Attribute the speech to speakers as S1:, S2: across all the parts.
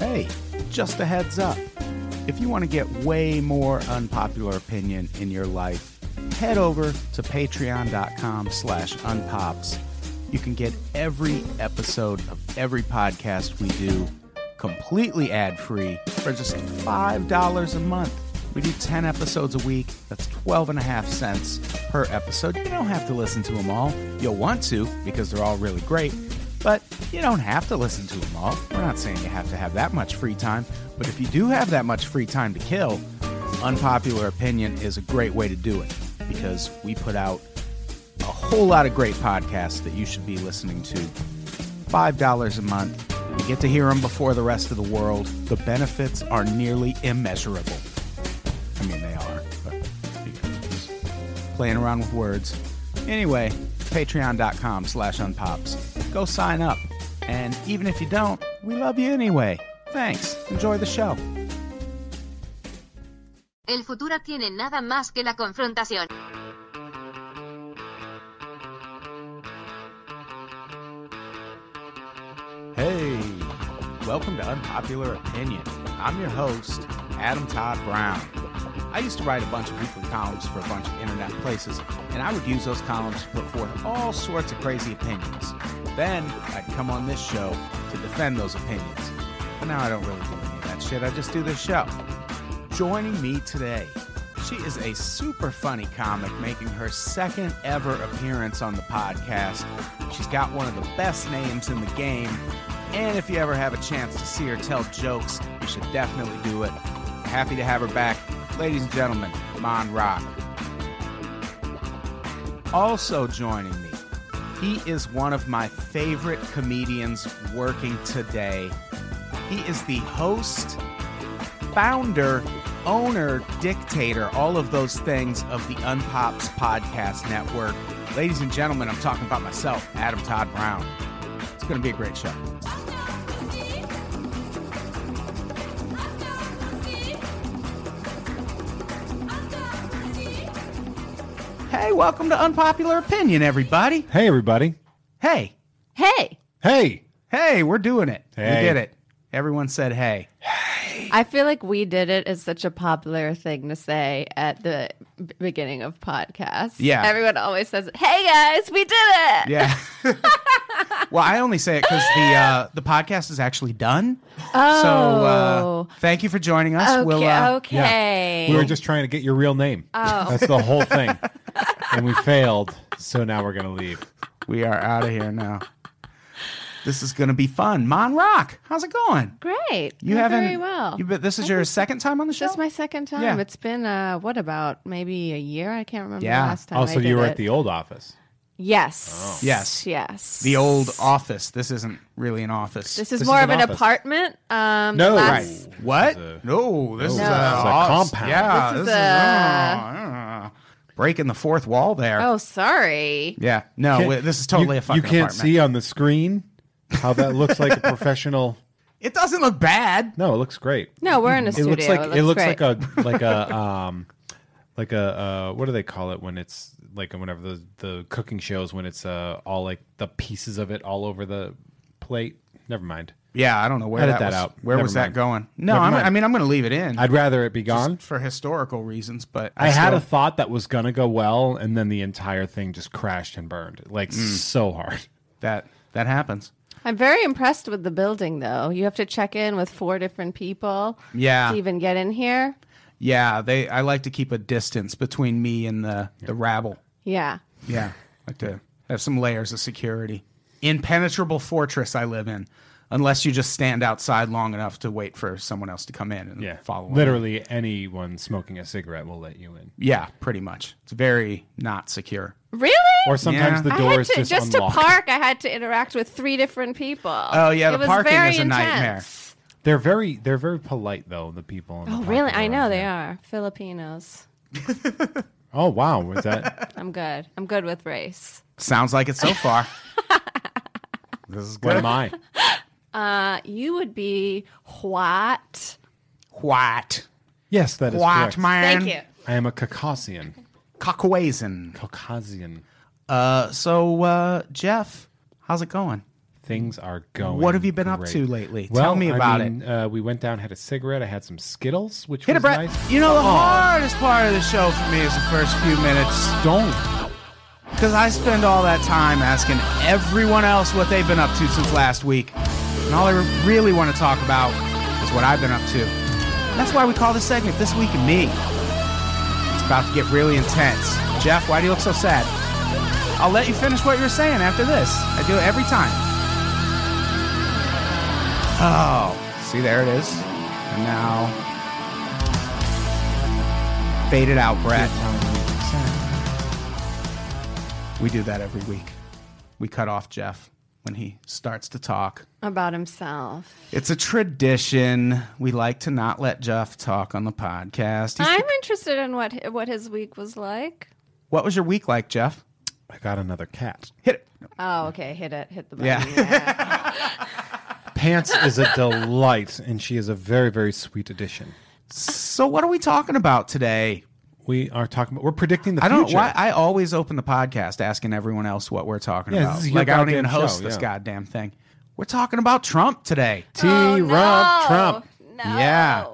S1: Hey, just a heads up. If you want to get way more unpopular opinion in your life, head over to patreon.com slash unpops. You can get every episode of every podcast we do completely ad-free for just $5 a month. We do 10 episodes a week. That's 12 and a half cents per episode. You don't have to listen to them all. You'll want to because they're all really great. But you don't have to listen to them all. We're not saying you have to have that much free time, but if you do have that much free time to kill, unpopular opinion is a great way to do it because we put out a whole lot of great podcasts that you should be listening to. $5 a month. You get to hear them before the rest of the world. The benefits are nearly immeasurable. I mean, they are, but you know, just playing around with words. Anyway, patreon.com slash unpops. Go sign up. And even if you don't, we love you anyway. Thanks. Enjoy the show.
S2: El futuro tiene nada más que la confrontación.
S1: Hey, welcome to Unpopular Opinion. I'm your host, Adam Todd Brown. I used to write a bunch of weekly columns for a bunch of internet places, and I would use those columns to put forth all sorts of crazy opinions. Then I'd come on this show to defend those opinions. But now I don't really do any of that shit, I just do this show. Joining me today, she is a super funny comic making her second ever appearance on the podcast. She's got one of the best names in the game. And if you ever have a chance to see her tell jokes, you should definitely do it. Happy to have her back. Ladies and gentlemen, Mon Rock. Also joining me, he is one of my favorite comedians working today. He is the host founder, owner, dictator, all of those things of the Unpops Podcast Network. Ladies and gentlemen, I'm talking about myself, Adam Todd Brown. It's going to be a great show. Hey, welcome to Unpopular Opinion, everybody.
S3: Hey, everybody.
S1: Hey,
S4: Hey,
S3: Hey.
S1: hey, we're doing it.
S3: Hey.
S1: We did it. Everyone said hey.
S4: I feel like we did it is such a popular thing to say at the b- beginning of podcasts.
S1: Yeah.
S4: everyone always says, "Hey guys, we did it."
S1: Yeah. well, I only say it because the uh, the podcast is actually done.
S4: Oh,
S1: So uh, thank you for joining us.
S4: okay,
S1: We'll, uh,
S4: okay.
S3: We were just trying to get your real name.
S4: Oh.
S3: That's the whole thing. and we failed. So now we're going to leave.
S4: Oh,
S1: We are out of here now. This is going to be fun. Mon Rock, how's it going?
S4: great.
S1: You
S4: Did
S1: haven't.
S4: very well.
S1: You, but this is your second time on the show.
S4: This is my second time.
S1: Yeah.
S4: It's been uh, what about maybe a year? I can't remember
S1: Yeah.
S4: the last time. I
S3: Also,
S4: did
S3: you were
S4: it.
S3: at the Oh. old office.
S4: yes,
S1: Yes.
S4: yes.
S1: the old office. This isn't really an office.
S4: This is
S3: this
S4: more
S3: is
S4: of
S3: an
S4: an
S3: office.
S4: apartment. Um,
S3: No.
S4: last-
S1: right. What?
S3: is a-
S1: no, this is
S3: No.
S1: a,
S3: This is a
S1: office.
S3: compound.
S1: Yeah,
S4: This is
S1: uh, breaking the fourth wall there.
S4: Oh, sorry.
S1: Yeah, no,
S3: Can't-
S1: Oh, this is totally
S3: you,
S1: a fucking
S3: You can't
S1: apartment.
S3: see on the screen how that looks like a professional.
S1: It doesn't look bad.
S3: No, it looks great.
S4: No, we're in a
S3: it
S4: studio.
S3: looks like it looks like
S4: great.
S3: a like a um like a uh what do they call it when it's like whenever the the cooking shows when it's uh all like the pieces of it all over the plate. Never mind.
S1: Yeah, I don't know where
S3: Edit
S1: that, was.
S3: that out.
S1: Where
S3: Never
S1: was that
S3: mind.
S1: going? No,
S3: Never
S1: I'm,
S3: mind.
S1: I mean I'm going to leave it in
S3: I'd rather it be gone.
S1: for historical reasons, but
S3: I had
S1: still-
S3: a thought that was gonna go well, and then the entire thing just crashed and burned like so hard.
S1: that that happens.
S4: I'm very impressed with the building, though. You have to check in with four different people
S1: Yeah.
S4: to even get in here.
S1: Yeah, they I like to keep a distance between me and the the rabble.
S4: Yeah.
S1: Yeah, like to have some layers of security. Impenetrable fortress I live in, unless you just stand outside long enough to wait for someone else to come in and follow. them.
S3: Literally, anyone smoking a cigarette will let you in.
S1: Yeah, pretty much. It's very not secure.
S4: Really?
S3: Or sometimes
S1: Yeah.
S3: the
S4: I
S3: door
S4: had
S3: is
S4: to,
S3: just,
S4: just to
S3: unlocked.
S4: park. I had to interact with three different people.
S1: Oh, yeah, the
S4: it was
S1: parking
S4: very
S1: is a nightmare.
S4: intense.
S3: They're very they're very polite though. The people. in the
S4: Oh, really? I
S3: popular
S4: know they
S3: area.
S4: are Filipinos.
S3: Oh wow, was that
S4: I'm good. I'm good with race.
S1: Sounds like it so far. this is
S3: what
S1: good.
S3: am I?
S4: Uh, you would be what?
S1: What?
S3: Yes, that is
S1: What,
S3: correct.
S1: man?
S4: Thank you.
S3: I am a Caucasian.
S1: Caucasian.
S3: Caucasian.
S1: Uh, so, uh, Jeff, how's it going?
S3: Things are going.
S1: What have you been up
S3: great.
S1: to lately?
S3: Well,
S1: Tell me
S3: I
S1: about
S3: mean, Uh, we went down, had a cigarette. I had some Skittles, which
S1: Hit
S3: was
S1: it, Brett.
S3: nice.
S1: You know, the hardest part of the show for me is the first few minutes
S3: Don't.
S1: because I spend all that time asking everyone else what they've been up to since last week. And all I re- really want to talk about is what I've been up to. And that's why we call this segment This Week in Me. It's about to get really intense. Jeff, why do you look so sad? I'll let you finish what you were saying after this. I do it every time. Oh, see, there it is. And now, fade it out, Brett. We do that every week. We cut off Jeff when he starts to talk.
S4: About himself.
S1: It's a tradition. We like to not let Jeff talk on the podcast. He's-
S4: I'm interested in what what his week was like.
S1: What was your week like, Jeff?
S3: I got another cat.
S1: Hit it.
S4: Oh, okay. Hit it. Hit the button.
S1: Yeah.
S4: Yeah.
S3: Pants is a delight, and she is a very very sweet addition.
S1: So, what are we talking about today?
S3: We are talking. About, we're predicting the
S1: I don't.
S3: future.
S1: Why I always open the podcast asking everyone else what we're talking
S3: Yeah,
S1: about.
S3: this is your
S1: like I don't even
S3: goddamn
S1: host
S3: show,
S1: this
S3: yeah.
S1: goddamn thing. We're talking about Trump today.
S3: T. Oh. Rump
S4: no.
S3: Trump.
S4: No.
S1: Yeah.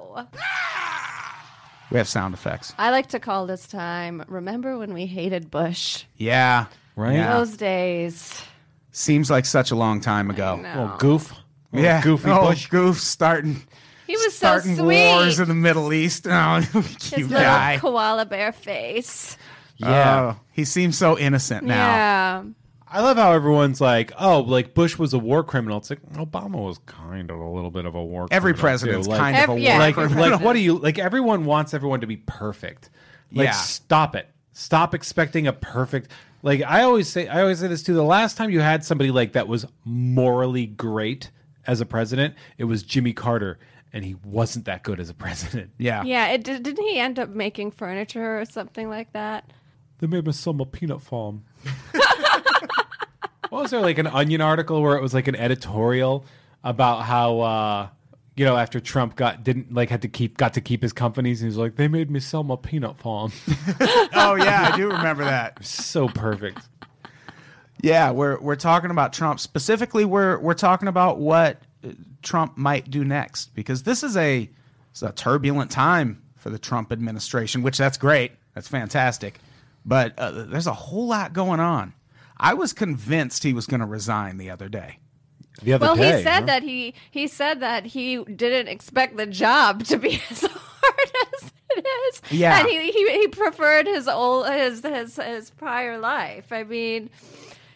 S1: We have sound effects.
S4: I like to call this time. Remember when we hated Bush?
S1: Yeah.
S3: Right?
S1: Yeah.
S4: Those days.
S1: Seems like such a long time ago.
S3: Little goof. Little
S1: Yeah.
S3: Goofy
S1: oh,
S3: Bush.
S1: goof starting
S4: He was so
S1: starting
S4: sweet.
S1: wars in the Middle East. Oh, you
S4: His little
S1: guy.
S4: koala bear face.
S3: Yeah.
S1: Oh, he seems so innocent now.
S4: Yeah.
S3: I love how everyone's like, oh, like Bush was a war criminal. It's like Obama was kind of a little bit of a war.
S1: Every
S3: criminal,
S1: president's
S3: too. Like-
S1: kind of a war
S4: Ev- yeah.
S3: like,
S1: criminal.
S3: like what do you like? Everyone wants everyone to be perfect. Like,
S1: Yeah.
S3: stop it. Stop expecting a perfect. Like I always say, I always say this too. The last time you had somebody like that was morally great as a president, it was Jimmy Carter, and he wasn't that good as a president.
S1: yeah.
S4: Yeah. It, did- didn't he end up making furniture or something like that?
S3: They made me sell my peanut farm. what was there like an Onion article where it was like an editorial about how uh, you know after Trump got didn't like had to keep got to keep his companies and he was like they made me sell my peanut farm.
S1: Oh yeah, I do remember that.
S3: so perfect.
S1: Yeah, we're we're talking about Trump specifically. We're we're talking about what uh, Trump might do next because this is a it's a turbulent time for the Trump administration, which that's great. That's fantastic. But uh, there's a whole lot going on. I was convinced he was going to resign the other day.
S3: The other
S4: Well,
S3: day,
S4: he said that he he said that he didn't expect the job to be as hard as it is.
S1: Yeah.
S4: and he, he he preferred his old his his his prior life. I mean,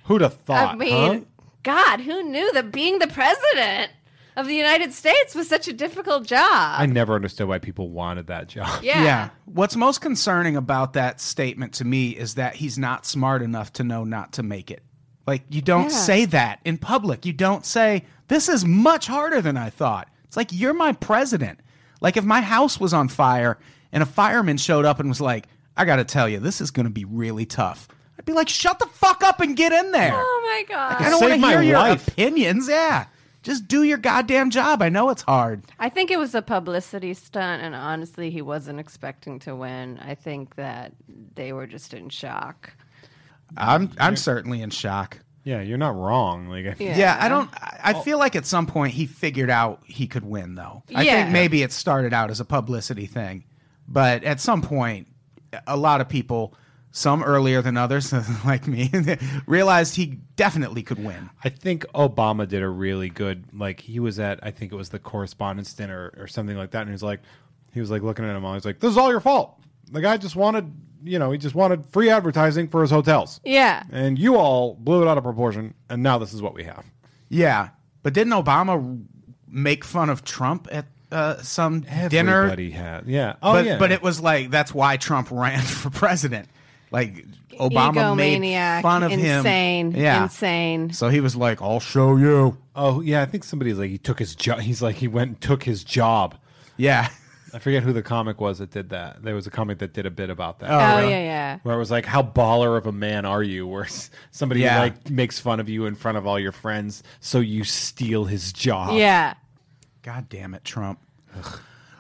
S3: Who'd have thought?
S4: I mean, God, who knew that being the president of the United States was such a difficult job?
S3: I never understood why people wanted that job.
S4: yeah.
S1: What's most concerning about that statement to me is that he's not smart enough to know not to make it. Like, you don't
S4: Yeah.
S1: say that in public. You don't say, this is much harder than I thought. It's like, you're my president. Like, if my house was on fire and a fireman showed up and was like, I got to tell you, this is going to be really tough, I'd be like, shut the fuck up and get in there.
S4: Oh
S1: I
S4: my God.
S1: don't want
S3: Save
S1: to
S3: my
S1: hear your
S3: life.
S1: opinions. Yeah. Just do your goddamn job. I know it's hard.
S4: I think it was a publicity stunt, and honestly, he wasn't expecting to win. I think that they were just in shock.
S1: I'm, I'm certainly in shock.
S3: Yeah, you're not wrong. Like,
S4: Yeah.
S1: Yeah, I don't. I I feel like at some point he figured out he could win, though. I think
S4: Yeah.
S1: maybe it started out as a publicity thing, but at some point, a lot of people, some earlier than others, like me, realized he definitely could win.
S3: I think Obama did a really good like he was at I think it was the correspondence dinner or something like that, and he was like he was like looking at him all he's like, This is all your fault. The guy just wanted you know, he just wanted free advertising for his hotels.
S4: Yeah.
S3: And you all blew it out of proportion and now this is what we have.
S1: Yeah, but didn't Obama make fun of Trump at uh, some dinner?
S3: Everybody had yeah. Oh
S1: but
S3: yeah.
S1: but it was like that's why Trump ran for president. Like Obama made
S4: Egomaniac,
S1: fun of
S4: insane,
S1: him. Yeah.
S4: insane.
S1: So he was like, "I'll show you."
S3: Oh yeah, I think somebody's like he took his job. He's like he went and took his job.
S1: Yeah.
S3: I forget who the comic was that did that. There was a comic that did a bit about that.
S4: Oh,
S1: really?
S4: yeah, yeah.
S3: Where it was like, how baller of a man are you? Where s- somebody
S1: Yeah.
S3: like makes fun of you in front of all your friends, so you steal his job.
S4: Yeah.
S1: God damn it, Trump.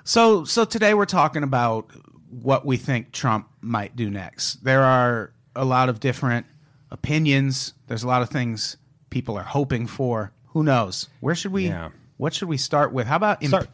S1: So so today we're talking about what we think Trump might do next. There are a lot of different opinions. There's a lot of things people are hoping for. Who knows? Where should we
S3: Yeah.
S1: what should we start with? How about imp-
S3: Start-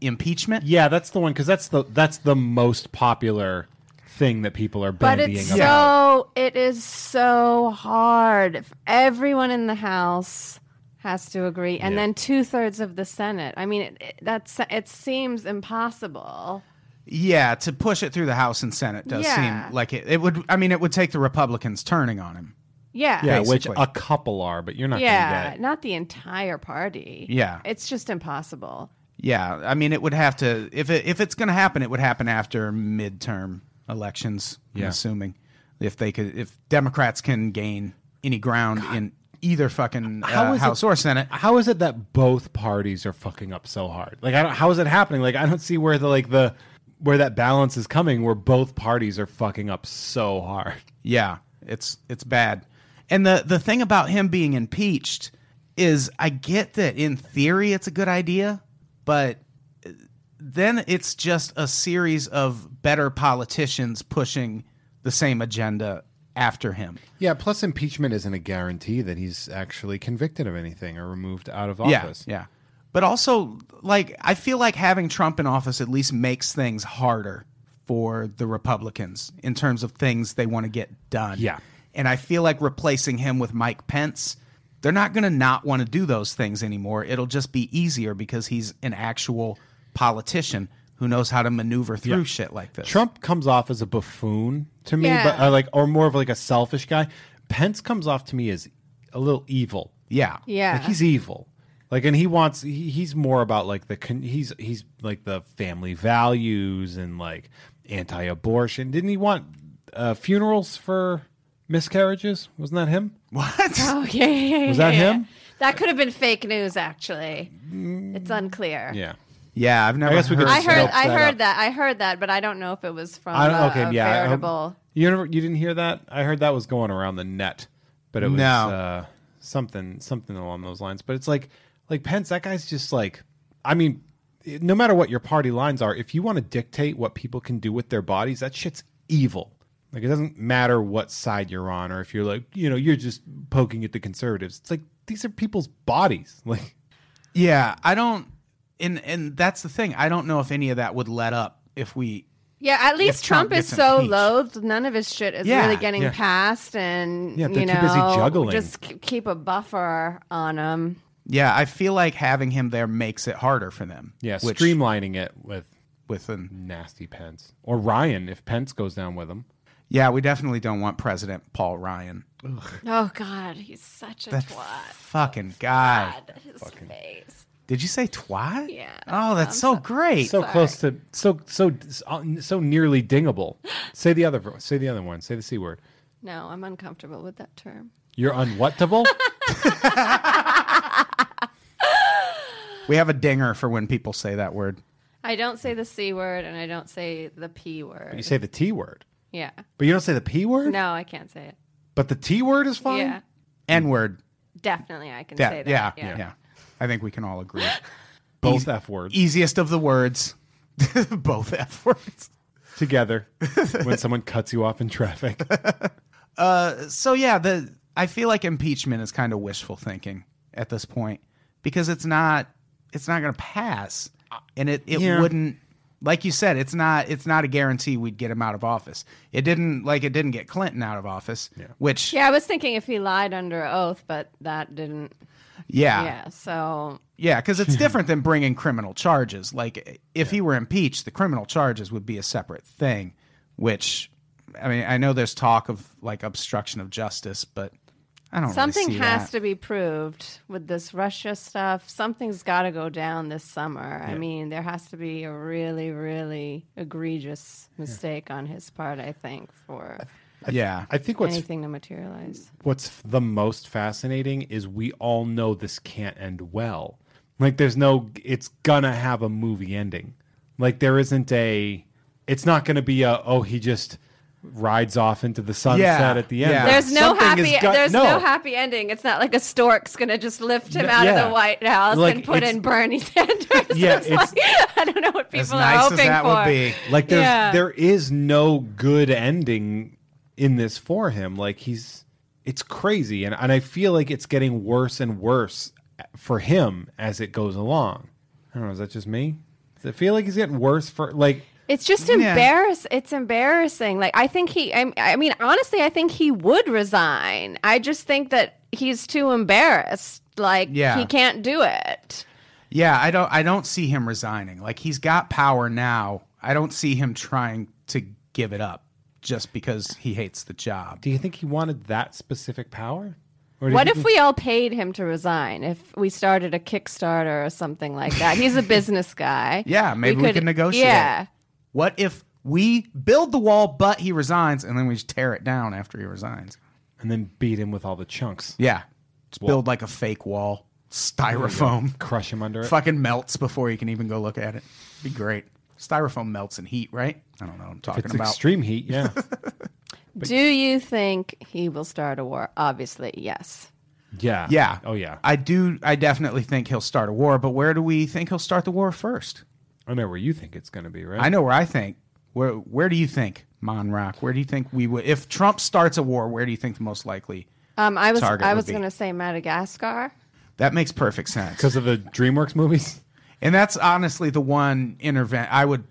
S1: impeachment?
S3: yeah, that's the one because that's the that's the most popular thing that people are
S4: But
S3: bandying
S4: it's
S3: about.
S4: so it is so hard. If everyone in the House has to agree, and
S3: Yeah.
S4: then two thirds of the Senate. I mean, it, it, that's it seems impossible.
S1: Yeah, to push it through the House and Senate does
S4: Yeah.
S1: seem like it, it would I mean it would take the Republicans turning on him.
S4: Yeah,
S3: yeah, which
S1: basically.
S3: a couple are, but you're not
S4: yeah,
S3: gonna get.
S4: not the entire party.
S1: Yeah.
S4: it's just impossible.
S1: Yeah, I mean, it would have to if it, if it's going to happen, it would happen after midterm elections.
S3: Yeah.
S1: I'm assuming if they could, if Democrats can gain any ground in either fucking
S3: How
S1: uh,
S3: is
S1: House
S3: it-
S1: or Senate.
S3: How is it that both parties are fucking up so hard? Like, I don't, how is it happening? Like, I don't see where the like the where that balance is coming, where both parties are fucking up so hard.
S1: Yeah, it's it's bad. And the the thing about him being impeached is, I get that in theory it's a good idea, but then it's just a series of better politicians pushing the same agenda after him.
S5: Yeah, plus impeachment isn't a guarantee that he's actually convicted of anything or removed out of office.
S1: Yeah, yeah. But also, like, I feel like having Trump in office at least makes things harder for the Republicans in terms of things they want to get done.
S3: Yeah.
S1: And I feel like replacing him with Mike Pence, they're not going to not want to do those things anymore. It'll just be easier because he's an actual politician who knows how to maneuver through shit like this.
S3: Trump comes off as a buffoon to me, but
S4: Yeah.
S3: uh, like or more of like a selfish guy. Pence comes off to me as a little evil.
S1: Yeah.
S4: Yeah,
S3: Like he's evil. Like and he wants he, he's more about like the con- he's he's like the family values and like anti-abortion. Didn't he want uh, funerals for miscarriages? Wasn't that him?
S1: What?
S4: oh yeah, yeah, yeah,
S3: Was that
S4: yeah.
S3: him?
S4: That could have been fake news. Actually, it's unclear.
S3: Yeah.
S1: Yeah, I've never
S3: guess we
S1: heard.
S3: could
S4: I heard,
S3: Nope,
S4: I
S3: that
S4: heard
S3: up.
S4: that. I heard that, but I don't know if it was from
S3: I don't
S4: a,
S3: okay,
S4: a
S3: yeah. I-
S4: veritable.
S3: you never you didn't hear that? I heard that was going around the net, but it was
S1: No.
S3: uh, something something along those lines. But it's like like Pence, that guy's just like I mean, it- no matter what your party lines are, if you want to dictate what people can do with their bodies, that shit's evil. Like it doesn't matter what side you're on or if you're like, you know, you're just poking at the conservatives. It's like these are people's bodies. Like
S1: yeah, I don't. And and that's the thing. I don't know if any of that would let up if we
S4: Yeah, at least
S1: Trump
S4: Trump, is
S1: gets
S4: so
S1: impeached.
S4: loathed. None of his shit is
S1: Yeah,
S4: really getting
S3: yeah.
S4: passed, and
S3: Yeah, they're
S4: you know,
S3: too busy juggling.
S4: just k- keep a buffer on him.
S1: Yeah, I feel like having him there makes it harder for them.
S3: yeah,
S1: which
S3: streamlining it with
S1: with an
S3: nasty Pence. Or Ryan if Pence goes down with him.
S1: yeah, we definitely don't want President Paul Ryan.
S4: Oh God, he's such a
S1: That
S4: twat.
S1: fucking guy.
S4: God, his face.
S1: Did you say twat?
S4: Yeah.
S1: Oh, that's so great.
S3: so close to so so so nearly dingable. Say the other say the other one. Say the c word.
S4: No, I'm uncomfortable with that term.
S3: You're unwhatable.
S1: we have a dinger for when people say that word.
S4: I don't say the c word, and I don't say the p word.
S3: you say the t word,
S4: yeah.
S3: but you don't say the p word.
S4: No, I can't say it.
S3: But the t word is fine.
S4: Yeah,
S1: N word.
S4: definitely, I can
S1: Yeah,
S4: say that.
S1: yeah, yeah, I think we can all agree.
S3: Both f words
S1: Easiest of the words. Both F words.
S3: together. when someone cuts you off in traffic.
S1: so yeah, the I feel like impeachment is kind of wishful thinking at this point because it's not it's not going to pass, and it it
S3: Yeah.
S1: wouldn't like you said it's not it's not a guarantee we'd get him out of office. It didn't like it didn't get Clinton out of office, which yeah.
S4: Yeah, I was thinking if he lied under oath, but that didn't.
S3: Ah.
S1: yeah
S4: Yeah, so
S1: because it's different than bringing criminal charges. Like if he were impeached, the criminal charges would be a separate thing. Which I mean, I know there's talk of like obstruction of justice, but I don't
S4: something
S1: really see
S4: has
S1: that.
S4: to be proved with this Russia stuff. Something's got to go down this summer. I mean, there has to be a really, really egregious mistake on his part. I think for
S1: yeah.
S3: I think what's
S4: anything to materialize.
S3: what's f- the most fascinating is we all know this can't end well. Like there's no it's gonna have a movie ending. Like there isn't a it's not gonna be a oh he just rides off into the sunset
S1: Yeah,
S3: at the end.
S1: yeah.
S4: There's no
S3: Something is
S4: happy.
S3: go-
S4: there's no. happy ending. It's not like a stork's gonna just lift him
S3: No,
S4: out of
S3: yeah.
S4: the White House
S3: Like,
S4: and put
S3: it's-
S4: in Bernie Sanders.
S3: Yeah,
S4: It's
S3: it's-
S4: like- I don't know what people
S1: As
S4: are
S1: nice
S4: hoping
S1: as that
S4: for.
S1: would be.
S3: Like there's
S4: Yeah.
S3: there is no good ending in this for him. Like he's it's crazy and, and I feel like it's getting worse and worse for him as it goes along. I don't know, is that just me? Does it feel like he's getting worse for like
S4: It's just embarrass. It's embarrassing. Like I think he. I, I mean, honestly, I think he would resign. I just think that he's too embarrassed. Like
S1: Yeah.
S4: he can't do it.
S1: Yeah, I don't I don't see him resigning. Like he's got power now. I don't see him trying to give it up just because he hates the job.
S3: do you think he wanted that specific power? Or do
S4: What
S3: you
S4: if
S3: think
S4: we all paid him to resign? If we started a Kickstarter or something like that? He's a business guy.
S1: Yeah, maybe we
S4: could-
S1: can negotiate.
S4: Yeah.
S1: What if we build the wall but he resigns and then we just tear it down after he resigns?
S3: he- and then beat him with all the chunks.
S1: Yeah. Just build like a fake wall, styrofoam.
S3: Crush him under it.
S1: Fucking melts before you can even go look at it. Be great. Styrofoam melts in heat, right? I don't know what I'm talking
S3: It's
S1: about.
S3: extreme heat, yeah.
S4: Do you think he will start a war? Obviously, yes.
S3: yeah.
S1: Yeah.
S3: Oh yeah. I,
S1: I do I definitely think he'll start a war, but where do we think he'll start the war first?
S3: know where you think it's gonna be, right?
S1: I know where I think. Where where do you think, Mon Rock? Where do you think we would if Trump starts a war, where do you think the most likely?
S4: Um, I was
S1: Target
S4: I
S1: would
S4: was
S1: be-
S4: going to say Madagascar.
S1: That makes perfect sense.
S3: Because of the DreamWorks movies?
S1: And that's honestly the one intervent I would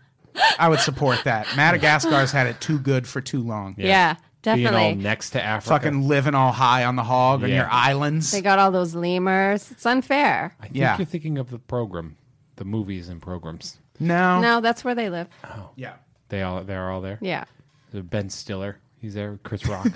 S1: I would support that. Madagascar's had it too good for too long.
S4: Yeah, definitely.
S3: Being all next to Africa.
S1: Fucking living all high on the hog on
S3: Yeah.
S1: your islands.
S4: they got all those lemurs. It's unfair.
S3: I think
S1: Yeah.
S3: you're thinking of the program, the movies and programs.
S1: no.
S4: No, that's where they live.
S1: Yeah.
S3: They all they're all there.
S4: Yeah.
S3: Ben Stiller, he's there. Chris Rock,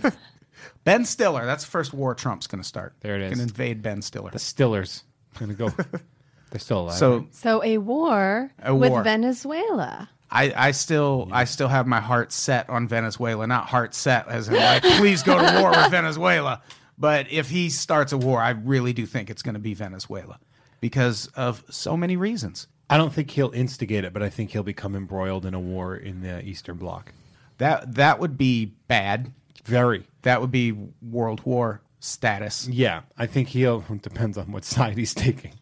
S1: Ben Stiller, that's the first war Trump's going to start.
S3: There it is.
S1: Going to invade Ben Stiller.
S3: the Stillers. Gonna go. They're still alive.
S1: So
S4: So a war
S1: A
S4: with
S1: war.
S4: Venezuela.
S1: I, I still I still have my heart set on Venezuela, not heart set as in like please go to war with Venezuela. But if he starts a war, I really do think it's going to be Venezuela because of so many reasons.
S3: I don't think he'll instigate it, but I think he'll become embroiled in a war in the Eastern Bloc.
S1: That that would be bad.
S3: Very.
S1: That would be World War status.
S3: Yeah, I think he'll depends on what side he's taking.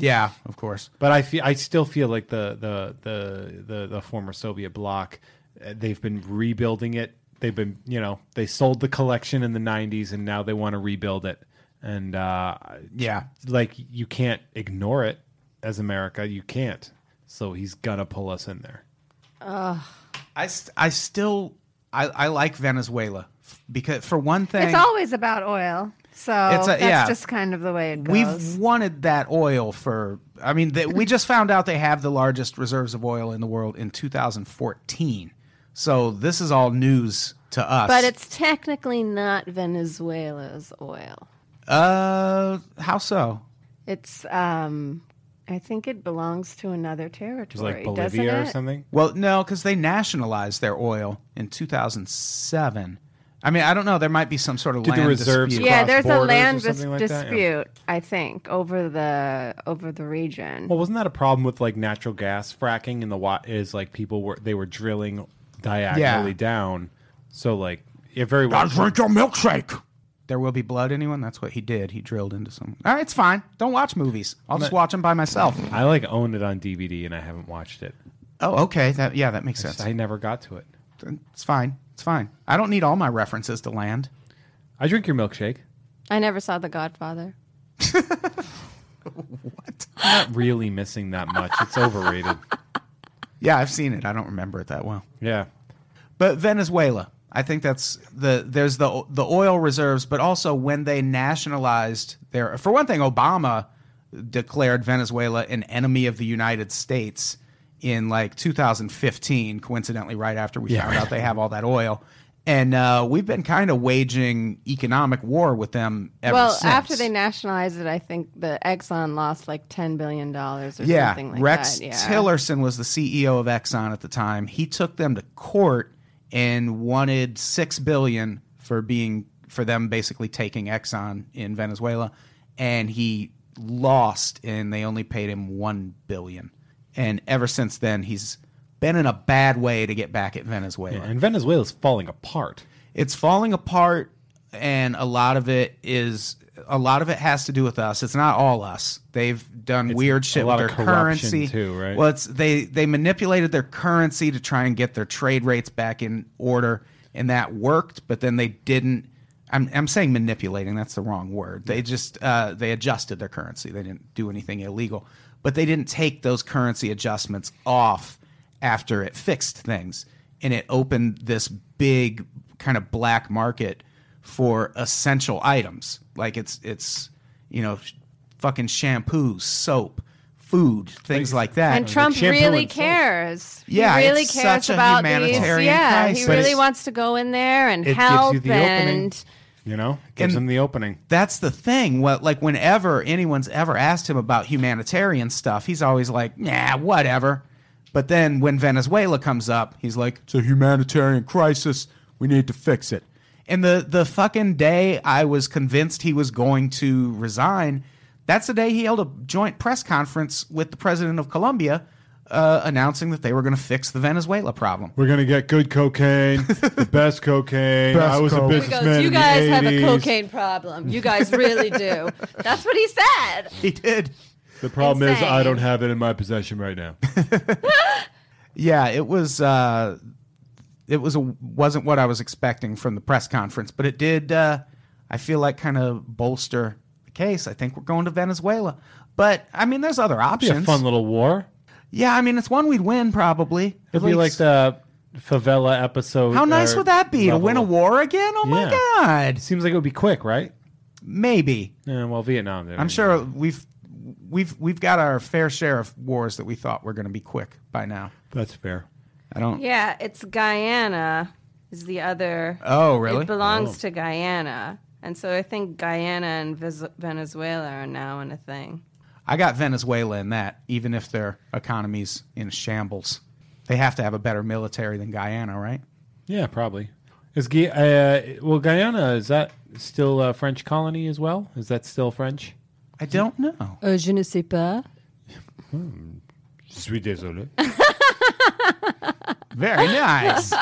S1: Yeah, of course.
S3: But I feel I still feel like the the the the, the former Soviet bloc, uh, they've been rebuilding it. They've been you know they sold the collection in the '90s and now they want to rebuild it. And uh,
S1: Yeah.
S3: like you can't ignore it as America. You can't. So he's gonna pull us in there.
S1: I st- I still I, I like Venezuela f- because for one thing
S4: It's always about oil. So
S1: It's a-
S4: that's
S1: yeah.
S4: just kind of the way it goes.
S1: We've wanted that oil for. I mean, they, we just found out they have the largest reserves of oil in the world in 2014. So this is all news to us.
S4: but it's technically not Venezuela's oil.
S1: uh, how so?
S4: It's um I think it belongs to another
S3: It's
S4: territory,
S3: like
S4: doesn't
S3: Bolivia or
S4: it?
S3: something.
S1: Well, no, because they nationalized their oil in 2007. I mean, I don't know. There might be some sort of
S3: Did the
S1: land
S3: reserves
S1: dispute.
S4: Yeah,
S3: Across
S4: there's a
S3: borders or
S4: land dis-
S3: something like that, yeah.
S4: dispute, I think, over the over the region.
S3: Well, wasn't that a problem with like natural gas fracking in the what is like people were they were drilling diagonally down. So like it very well.
S1: drink your milkshake. There will be blood. Anyone? That's what he did. He drilled into someone. All right, it's fine. Don't watch movies. I'll just watch them by myself.
S3: I like own it on DVD and I haven't watched it.
S1: Oh, okay. That yeah, that makes sense.
S3: I never got to it.
S1: It's fine. It's fine. I don't need all my references to land.
S3: I drink your milkshake.
S4: I never saw The Godfather.
S3: I'm not really missing that much. It's overrated.
S1: Yeah, I've seen it. I don't remember it that well.
S3: Yeah.
S1: But Venezuela, I think that's the there's the the oil reserves, but also when they nationalized their for one thing, Obama declared Venezuela an enemy of the United States in like 2015, coincidentally right after we found out they have all that oil. And uh, we've been kind of waging economic war with them ever
S4: well,
S1: since.
S4: after they nationalized it, I think the Exxon lost like ten billion dollars or
S1: Yeah,
S4: something like
S1: Rex
S4: that.
S1: E Tillerson was the CEO of Exxon at the time. He took them to court and wanted six billion for being for them basically taking Exxon in Venezuela, and he lost, and they only paid him one billion. And ever since then, he's been in a bad way to get back at Venezuela.
S3: And Venezuela's falling apart.
S1: It's falling apart, and a lot of it is a lot of it has to do with us. It's not all us. They've done weird shit with
S3: lot
S1: their
S3: of corruption,
S1: currency
S3: too, right?
S1: Well, it's they they manipulated their currency to try and get their trade rates back in order, and that worked. But then they didn't. I'm I'm saying manipulating. That's the wrong word. They just uh, they adjusted their currency. They didn't do anything illegal, but they didn't take those currency adjustments off after it fixed things, and it opened this big kind of black market for essential items. Like it's it's you know fucking shampoo, soap, food, things like that.
S4: And Trump
S3: shampoo
S4: really
S3: and soap.
S4: cares.
S1: Yeah,
S4: he really
S1: it's
S4: cares
S1: such a
S4: about
S1: humanitarian
S4: these. Yeah,
S1: crisis.
S4: he
S1: But
S4: really
S1: it's-
S4: wants to go in there and
S5: It gives you
S4: help
S5: the opening.
S4: and
S5: You know, gives him the opening.
S1: that's the thing. Well, like whenever anyone's ever asked him about humanitarian stuff, he's always like, "Nah, whatever." But then when Venezuela comes up, he's like, "It's a humanitarian crisis. We need to fix it." And the the fucking day I was convinced he was going to resign, that's the day he held a joint press conference with the president of Colombia, uh, announcing that they were going to fix the Venezuela problem.
S5: We're gonna get good cocaine, the best cocaine.
S1: Best
S5: I was
S1: coke.
S5: a
S1: He
S4: He
S5: businessman.
S4: goes, You
S5: in the
S4: guys have a
S5: 80s.
S4: cocaine problem. You guys really do. That's what he said.
S1: He did.
S5: The problem is I
S4: Insane.
S5: don't have it in my possession right now.
S1: Yeah, it was. Uh, it was a, wasn't what I was expecting from the press conference, but it did. Uh, I feel like kind of bolster the case. I think we're going to Venezuela, but I mean, there's other
S3: Be a
S1: options.
S3: fun little war.
S1: yeah, I mean, it's one we'd win probably. At
S3: It'd be like
S1: least-
S3: the favela episode.
S1: How nice
S3: or
S1: would that be to win a
S3: level.
S1: war again? Oh
S3: Yeah.
S1: my god!
S3: Seems like it would be quick, right?
S1: Maybe
S3: Yeah, well, Vietnam. did
S1: I'm sure we've we've we've got our fair share of wars that we thought were going to be quick by now.
S3: that's fair.
S1: I don't.
S4: Yeah, it's Guyana is the other.
S1: Oh really?
S4: It belongs to Guyana. And so I think Guyana and Vis- Venezuela are now in a thing.
S1: I got Venezuela in that, even if their economy's in shambles. They have to have a better military than Guyana, right?
S3: Yeah, probably. Is Gui- uh, well, Guyana is that still a French colony as well? Is that still French?
S1: I don't know.
S4: Oh, je ne sais pas.
S5: Suis désolé.
S1: Very nice.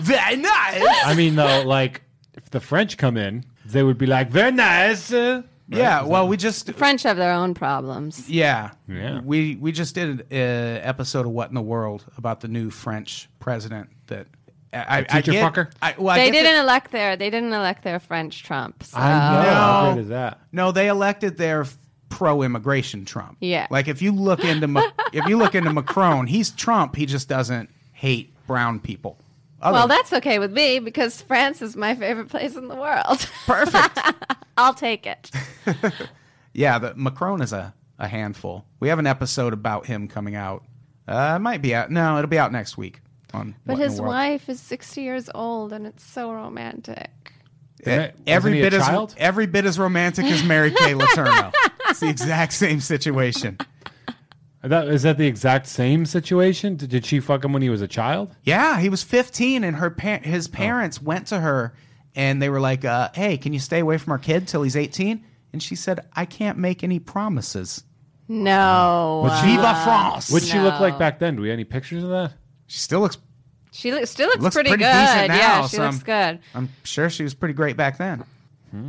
S1: Very nice.
S3: I mean, though, like if the French come in, they would be like, "Very nice." uh,"
S1: Yeah, well, we just
S4: French have their own problems.
S1: yeah.
S3: Yeah.
S1: We we just did an uh, episode of What in the World about the new French president that I, I, I
S3: teacher
S1: get,
S3: fucker?
S1: I, well, I
S4: They
S1: get that-
S4: didn't elect their they didn't elect their French Trump. So.
S3: I know. How
S1: No.
S3: great is that?
S1: No, they elected their pro-immigration Trump.
S4: Yeah.
S1: Like if you look into Ma- if you look into Macron, he's Trump. He just doesn't hate brown people. Other-
S4: well, that's okay with me because France is my favorite place in the world.
S1: perfect.
S4: I'll take it.
S1: Yeah, the Macron is a, a handful. We have an episode about him coming out. Uh, it might be out. No, it'll be out next week. On
S4: But
S1: What in
S4: his
S1: the World.
S4: wife is 60 years old and it's so romantic.
S1: E-
S3: Wasn't
S1: every
S3: he a
S1: bit as
S3: child?
S1: every bit as romantic as Mary Kay Letourneau. it's the exact same situation.
S4: e-
S3: That is that the exact same situation? Did, did she fuck him when he was a child?
S1: Yeah, he was 15, and her par-
S3: Oh.
S1: his parents went to her and they were like, uh, "Hey, can you stay away from our kid till he's 18?" And she said, "I can't make any promises."
S4: No. uh,
S1: Viva France!
S3: What'd she look
S4: No.
S3: like back then? Do we have any pictures of that?
S1: she still looks.
S4: she looks, still looks,
S1: Looks
S4: pretty,
S1: pretty
S4: good.
S1: decent now,
S4: yeah, she
S1: so
S4: looks
S1: I'm-
S4: good.
S1: I'm sure she was pretty great back then.
S3: Hmm.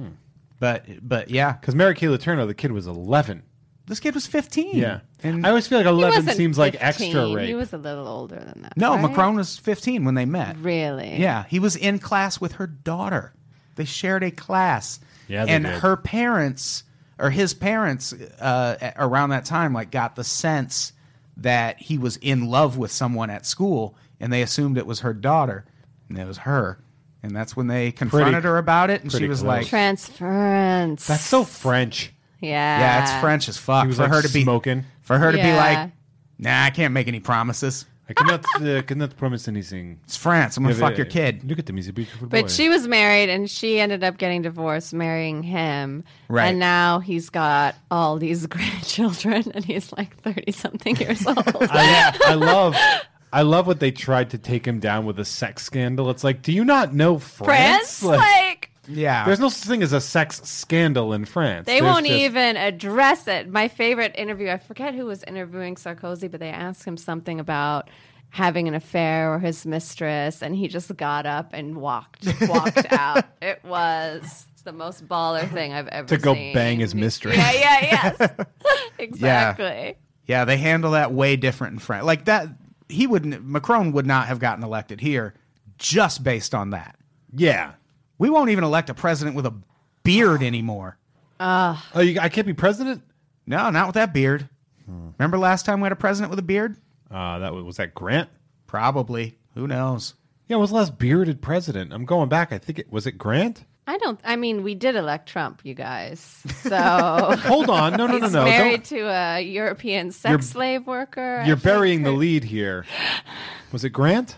S1: But but yeah,
S3: Because Mary Kay Letourneau, the kid was eleven.
S1: this kid was 15.
S3: Yeah,
S1: and
S3: I always feel like
S4: He
S3: eleven
S4: wasn't
S3: seems like
S4: 15.
S3: extra
S4: He
S3: rape.
S4: was a little older than that.
S1: no,
S4: right?
S1: Macron was 15 when they met.
S4: Really?
S1: Yeah, he was in class with her daughter. They shared a class.
S3: Yeah, they
S1: and
S3: did.
S1: her parents or his parents uh, a- around that time like got the sense that he was in love with someone at school, and they assumed it was her daughter, and it was her. And that's when they confronted her about it, and she
S3: pretty
S1: was
S3: close.
S1: like,
S4: Transference.
S3: That's so French.
S4: Yeah.
S1: "Yeah, it's French as fuck."
S3: He was
S1: For
S3: like
S1: her to be
S3: smoking.
S1: for her to be
S4: Uh, Yeah.
S1: like, "Nah, I can't make any promises."
S5: I cannot, uh, cannot promise anything.
S1: It's France. I'm gonna fuck your kid.
S5: Look at him; he's a beautiful boy.
S4: But she was married and she ended up getting divorced, marrying him.
S1: Right.
S4: And now he's got all these grandchildren and he's like 30 something years old.
S3: I, I love I love what they tried to take him down with a sex scandal. It's like, do you not know France?
S4: France, like
S1: Yeah.
S3: there's no such thing as a sex scandal in France.
S4: They
S3: There's
S4: won't
S3: just-
S4: even address it. My favorite interview, I forget who was interviewing Sarkozy, but they asked him something about having an affair or his mistress, and he just got up and walked walked out. It was the most baller thing I've ever
S3: To go
S4: seen.
S3: bang his mistress.
S4: Yeah, yeah, yes. exactly.
S1: Yeah, they handle that way different in France. Like that, he wouldn't. Macron would not have gotten elected here just based on that.
S3: Yeah.
S1: We won't even elect a president with a beard anymore.
S3: Oh, you, I can't be president.
S1: No, not with that beard. Remember last time we had a president with a beard?
S3: Uh, that was, was that Grant.
S1: Probably. Who knows?
S3: Yeah, when was the last bearded president? I'm going back. I think it was it Grant.
S4: I don't. I mean, we did elect Trump, you guys. So
S3: Hold on, no, no, no,
S4: he's
S3: no.
S4: married
S3: Don't-
S4: to a European sex
S3: You're-
S4: slave worker. I
S3: You're
S4: think.
S3: burying the lead here. Was it Grant?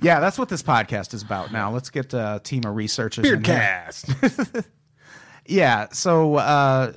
S1: Yeah, that's what this podcast is about now. Let's get a team of researchers. in here.
S3: Beardcast.
S1: Yeah, so uh,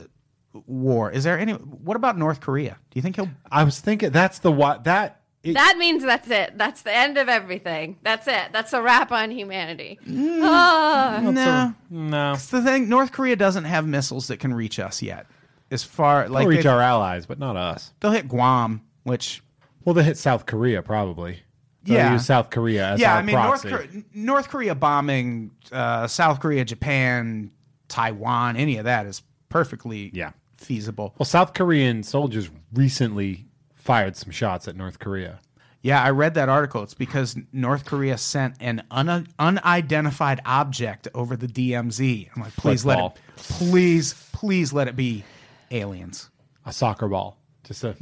S1: war. Is there any. What about North Korea? Do you think he'll.
S3: I was thinking that's the what that. It,
S4: That means that's it. That's the end of everything. That's it. That's a wrap on humanity. Ah.
S1: No.
S3: no,
S1: It's the thing. North Korea doesn't have missiles that can reach us yet. As far like
S3: they'll reach
S1: they-
S3: our allies, but not us.
S1: they'll hit Guam, which
S3: Well, they hit South Korea probably. They'll
S1: Yeah.
S3: use South Korea as
S1: yeah,
S3: our
S1: I mean North
S3: proxy.
S1: Korea, North Korea bombing uh, South Korea, Japan, Taiwan, any of that is perfectly
S3: Yeah.
S1: feasible.
S3: Well, South Korean soldiers recently fired some shots at North Korea.
S1: Yeah, I read that article. It's because North Korea sent an un- unidentified object over the DMZ. I'm like, please let it,
S3: Football.
S1: please, please let it be aliens
S3: A soccer ball. Just a,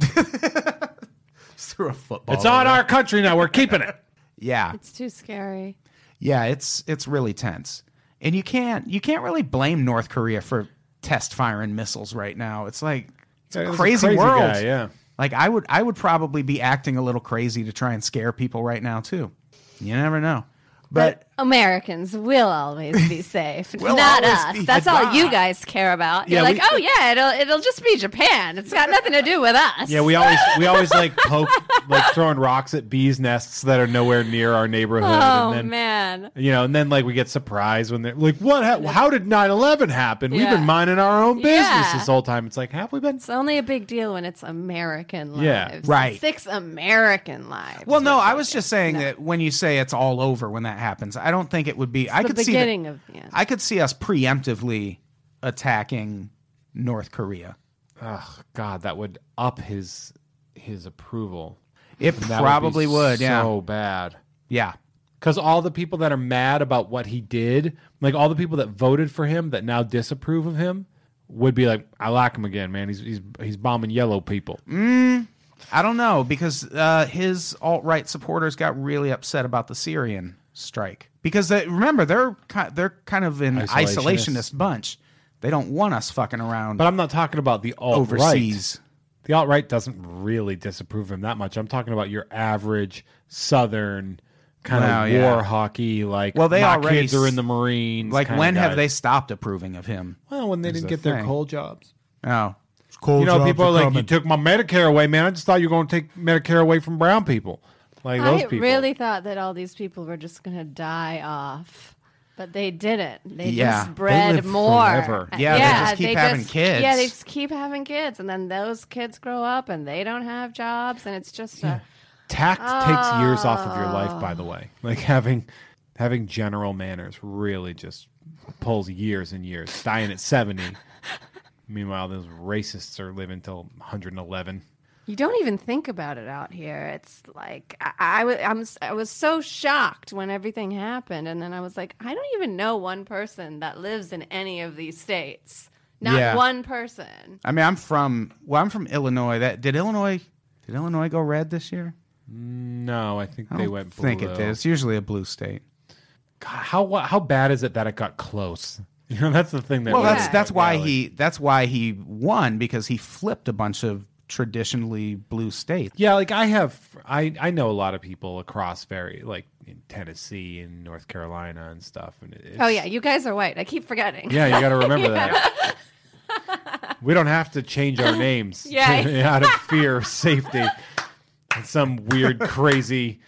S1: through a football.
S3: it's on our country now. We're keeping it.
S1: yeah.
S4: It's too scary.
S1: Yeah, it's it's really tense, and you can't you can't really blame North Korea for test firing missiles right now. It's like it's
S3: Yeah,
S1: a
S3: it's a
S1: crazy,
S3: crazy
S1: world.
S3: guy, yeah.
S1: like I would I would probably be acting a little crazy to try and scare people right now too. You never know, but.
S4: Americans will always be safe,
S1: We'll
S4: not
S1: always
S4: us.
S1: be-
S4: That's all you
S1: Goodbye.
S4: guys care about.
S3: Yeah,
S4: You're like,
S3: we-
S4: oh yeah, it'll it'll just be Japan. It's got nothing to do with us.
S3: Yeah, we always we always like poke like throwing rocks at bees nests that are nowhere near our neighborhood.
S4: Oh
S3: and then,
S4: man.
S3: You know, and then like we get surprised when they're like, "What? Ha- how did 9-11 happen? We've
S4: Yeah.
S3: been minding our own business
S4: Yeah.
S3: this whole time." It's like, have we been?
S4: It's only a big deal when it's American lives.
S3: Yeah,
S1: right.
S4: Six American lives.
S1: Well, no, I was just saying that when you say it's all over when that happens, I don't think it would be. I
S4: the
S1: could
S4: beginning
S1: see that-
S4: of the end.
S1: I could see us preemptively attacking North Korea.
S3: Oh God, that would up his his approval.
S1: It
S3: And that be
S1: probably would. Yeah,
S3: so bad.
S1: yeah.
S3: Because all the people that are mad about what he did, like all the people that voted for him that now disapprove of him, would be like, "I like him again, man. He's he's he's bombing yellow people."
S1: Mm. I don't know because uh, his alt right supporters got really upset about the Syrian strike because they, remember they're ki- they're kind of an isolationist.
S3: Isolationist.
S1: bunch. They don't want us fucking around
S3: But I'm not talking about the alt
S1: overseas.
S3: The alt right doesn't really disapprove of him that much. I'm talking about your average Southern kind
S1: Well,
S3: of
S1: yeah.
S3: war hockey. Like,
S1: Well, they
S3: my
S1: already
S3: kids are
S1: s-
S3: in the Marines.
S1: Like
S3: kinda
S1: when have
S3: guys.
S1: they stopped approving of him?
S3: Well, when they didn't
S1: the
S3: get their
S1: thing.
S3: coal jobs.
S1: Oh,
S3: you know, people are like, "You took my Medicare away, man. I just thought you were going to take Medicare away from brown people." Like those
S4: I
S3: people.
S4: really thought that all these people were just going to die off, but they didn't. They
S1: Yeah. They
S4: just bred
S3: live
S4: more.
S3: forever.
S1: Yeah, they just keep having kids.
S4: Yeah, they just keep having kids, and then those kids grow up and they don't have jobs, and it's just a.
S3: Tact takes years off of your life,
S4: Oh.
S3: by the way. Like having having general manners really just pulls years and years. Dying at seventy. Meanwhile, those racists are living till 111.
S4: You don't even think about it out here. It's like I, I, wa- I'm, s- I was so shocked when everything happened, and then I was like, I don't even know one person that lives in any of these states. Not
S1: Yeah.
S4: one person.
S1: I mean, I'm from well, I'm from Illinois. That did Illinois did Illinois go red this year?
S3: No, I think
S1: I
S3: they
S1: don't
S3: went. Below.
S1: think it did. It's usually a blue state.
S3: God, how wha- how bad is it that it got close? You know, that's the thing that.
S1: Well,
S3: really-
S1: that's that's why he that's why he won because he flipped a bunch of traditionally blue states.
S3: Yeah, like I have, I I know a lot of people across very like in Tennessee and North Carolina and stuff. And it's,
S4: Oh yeah, you guys are white. I keep forgetting.
S3: yeah, you got to remember that. We don't have to change our names
S4: Yeah.
S3: out of fear of safety. and some weird crazy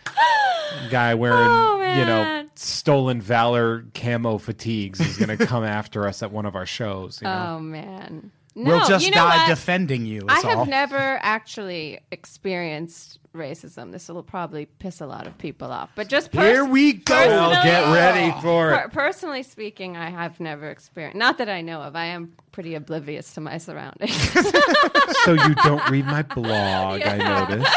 S3: guy wearing
S4: Oh,
S3: you know
S4: man.
S3: stolen valor camo fatigues is going to come after us at one of our shows. You know?
S4: Oh man. No,
S1: we'll just
S4: you know
S1: die
S4: what?
S1: defending you.
S4: I
S1: Is
S4: have
S1: all.
S4: never actually experienced racism. This will probably piss a lot of people off. But just pers-
S1: Here we go.
S4: personally-
S3: Well, get ready for
S4: per-
S3: it.
S4: personally speaking, I have never experienced. Not that I know of. I am pretty oblivious to my surroundings.
S3: So you don't read my blog, I noticed.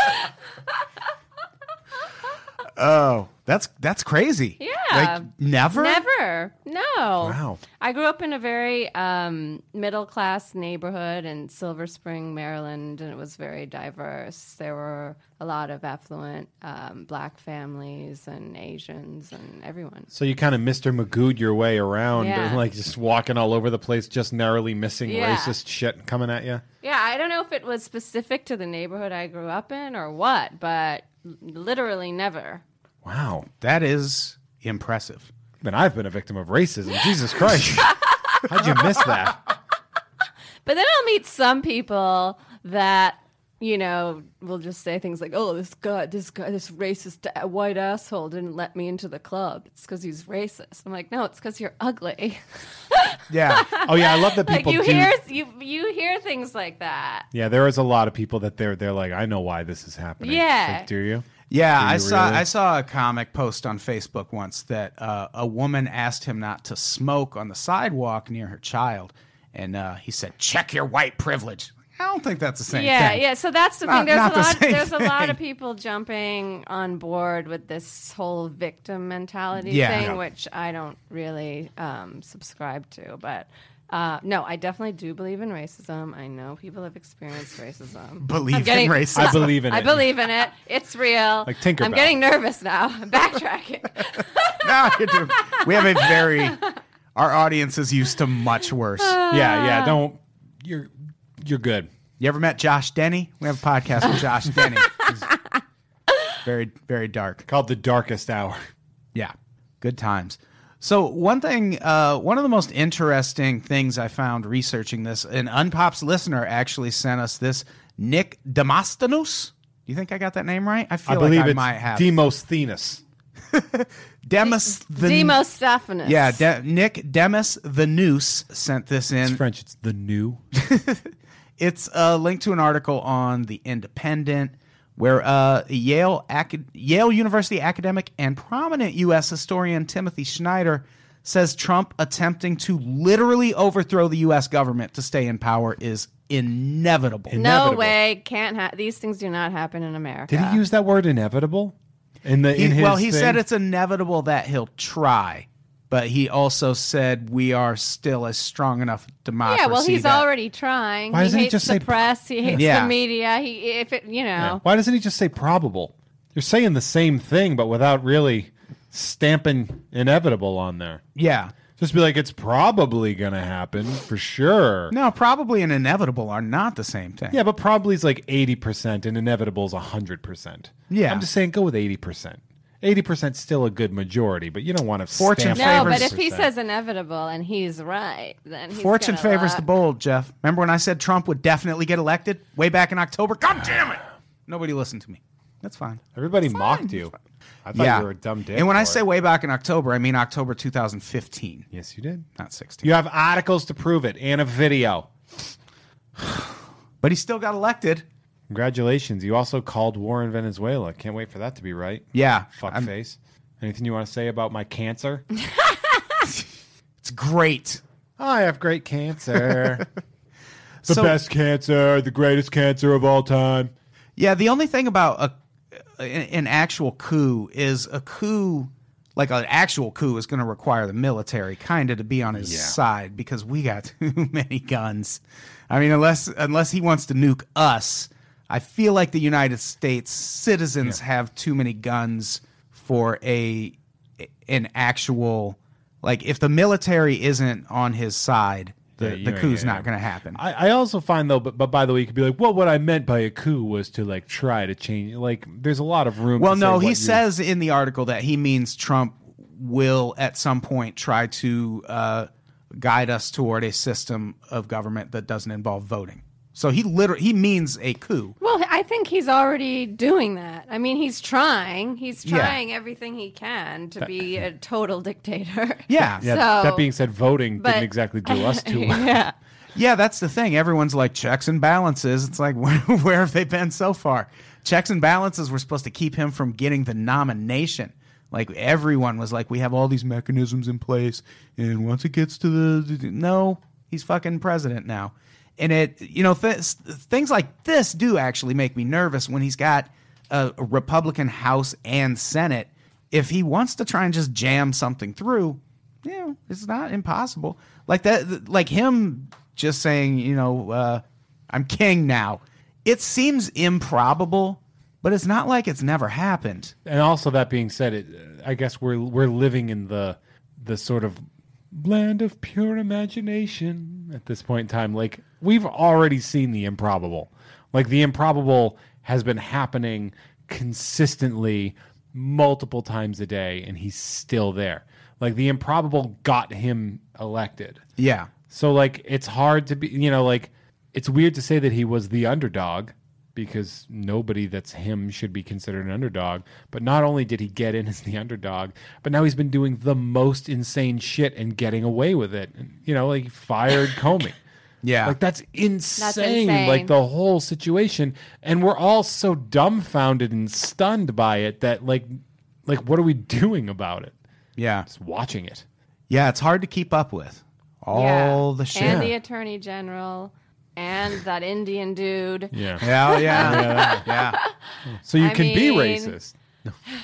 S1: Oh, that's that's crazy.
S4: Yeah.
S1: Like never.
S4: Never. No.
S1: Wow.
S4: I grew up in a very um, middle class neighborhood in Silver Spring, Maryland, and it was very diverse. There were a lot of affluent um, black families and Asians and everyone.
S3: So you kind of Mr. Magooed your way around,
S4: Yeah.
S3: like just walking all over the place, just narrowly missing
S4: Yeah.
S3: racist shit coming at you.
S4: Yeah, I don't know if it was specific to the neighborhood I grew up in or what, but l- literally never.
S3: Wow.
S1: That is impressive.
S3: Even I've been a victim of racism. Jesus Christ. How'd you miss that?
S4: But then I'll meet some people that you know will just say things like, "Oh, this guy, this guy, this racist a- white asshole didn't let me into the club. It's because he's racist." I'm like, "No, it's because you're ugly."
S1: Yeah.
S3: Oh yeah, I love that
S4: like
S3: people
S4: you
S3: do.
S4: hear you you hear things like that.
S3: yeah, there is a lot of people that they're they're like, I know why this is happening.
S4: Yeah.
S3: Like, do you?
S1: Yeah,
S3: Do
S1: I
S3: you
S1: saw
S3: really?
S1: I saw a comic post on Facebook once that uh, a woman asked him not to smoke on the sidewalk near her child, and uh, he said, "Check your white privilege." I don't think that's the same
S4: yeah,
S1: thing.
S4: yeah. So that's the
S1: Not-
S4: thing. There's
S1: not
S4: a
S1: the
S4: lot.
S1: same
S4: there's a lot of
S1: thing.
S4: people jumping on board with this whole victim mentality
S1: Yeah.
S4: thing,
S1: Yeah.
S4: which I don't really um, subscribe to. But uh, no, I definitely do believe in racism. I know people have experienced racism.
S1: Believe in
S4: getting-
S1: racism.
S3: I believe in it.
S4: I believe in it. It's real.
S3: Like Tinkerbell.
S4: I'm getting nervous now. I'm backtracking.
S1: No, you're doing- we have a very our audience is used to much worse.
S3: Yeah,
S4: Ah.
S3: yeah. Don't you're you're good.
S1: You ever met Josh Denny? We have a podcast with Josh Denny. He's very very dark.
S3: Called the darkest hour.
S1: Yeah, good times. So one thing, uh, one of the most interesting things I found researching this, an Unpops listener actually sent us this. Nick Demosthenes. Do you think I got that name right? I feel
S3: I believe
S1: like I
S3: it's
S1: might have.
S3: Demosthenes.
S1: Demis the
S4: Demostephanus.
S1: Yeah, De- Nick Demis the Noose sent this in.
S3: It's French. It's the new.
S1: It's a link to an article on the Independent, where uh, Yale acad- Yale University academic and prominent U.S. historian Timothy Schneider says Trump attempting to literally overthrow the U.S. government to stay in power is inevitable.
S4: no
S3: Inevitable.
S4: way. Can't ha- these things do not happen in America.
S3: Did he use that word inevitable? In the
S1: He-
S3: in his
S1: well, he
S3: thing?
S1: said it's inevitable that he'll try, but he also said we are still a strong enough democracy.
S4: Yeah, well, he's
S1: that-
S4: already trying.
S3: Why
S4: he
S3: doesn't he
S4: hates
S3: just
S4: the
S3: say-
S4: press. He hates
S1: Yeah.
S4: the media. He, if it, you know,
S3: Why doesn't he just say probable? You're saying the same thing, but without really stamping inevitable on there.
S1: Yeah.
S3: Just be like, it's probably going to happen for sure.
S1: No, probably and inevitable are not the same thing.
S3: Yeah, but probably is like 80% and inevitable is 100%.
S1: Yeah.
S3: I'm just saying go with 80%. 80% is still a good majority, but you don't want to
S1: Fortune
S3: stamp
S4: no.
S1: favors-
S4: But if he
S3: 80%.
S4: says inevitable and he's right, then he's
S1: Fortune
S4: gonna
S1: favors
S4: lo-
S1: the bold, Jeff. Remember when I said Trump would definitely get elected way back in October? God damn it! Nobody listened to me. That's fine.
S3: Everybody mocked you. I thought
S1: yeah,
S3: you were a dumb dick.
S1: And when I
S3: for
S1: say
S3: it.
S1: way back in October, I mean October 2015,
S3: Yes, you did.
S1: not 16.
S3: You have articles to prove it and a video.
S1: But he still got elected.
S3: Congratulations. You also called war in Venezuela. Can't wait for that to be right.
S1: Yeah,
S3: Fuck
S1: I'm-
S3: face. Anything you want to say about my cancer?
S1: It's great.
S3: I have great cancer. the
S1: So-
S3: best cancer, the greatest cancer of all time.
S1: Yeah, the only thing about a an, an actual coup is a coup, like an actual coup, is going to require the military kind of to be on his side because we got too many guns. I mean, unless unless he wants to nuke us, I feel like the United States citizens have too many guns for a an actual like if the military isn't on his side,
S3: Yeah,
S1: the,
S3: you
S1: the
S3: ain't
S1: coup's
S3: getting
S1: not
S3: it.
S1: going to happen.
S3: I, I also find though, but, but by the way, you could be like, well, what I meant by a coup was to like try to change. Like, there's a lot of room.
S1: Well,
S3: to
S1: no, he
S3: say what you-
S1: says in the article that he means Trump will at some point try to uh, guide us toward a system of government that doesn't involve voting. So he literally he means a coup.
S4: Well, I think he's already doing that. I mean, he's trying. He's
S1: Yeah.
S4: trying everything he can to be a total dictator.
S1: Yeah.
S3: Yeah.
S4: So-
S3: that being said, voting
S4: but-
S3: didn't exactly do us too much.
S4: yeah.
S1: Yeah, that's the thing. Everyone's like checks and balances. It's like where, where have they been so far? Checks and balances were supposed to keep him from getting the nomination. Like everyone was like, we have all these mechanisms in place, and once it gets to the no, he's fucking president now. And it, you know, th- things like this do actually make me nervous when he's got a Republican House and Senate. If he wants to try and just jam something through, yeah, it's not impossible. Like that, th- like him just saying, you know, uh, I'm king now. It seems improbable, but it's not like it's never happened.
S3: And also that being said, it, I guess we're we're living in the the sort of land of pure imagination at this point in time. Like we've already seen the improbable. Like the improbable has been happening consistently multiple times a day and he's still there. Like the improbable got him elected.
S1: Yeah,
S3: So like it's hard to be you know like it's weird to say that he was the underdog because nobody that's him should be considered an underdog. But not only did he get in as the underdog, but now he's been doing the most insane shit and getting away with it. And, you know, like he fired Comey.
S1: yeah,
S3: Like that's insane. Like
S4: insane.
S3: the whole situation and we're all so dumbfounded and stunned by it that like like what are we doing about it?
S1: yeah,
S3: Just watching it.
S1: yeah. It's hard to keep up with all
S4: Yeah.
S1: the shit.
S4: And the attorney general and that Indian dude.
S3: Yeah.
S1: yeah, yeah, yeah.
S3: So you
S4: I
S3: can be
S4: mean-
S3: racist.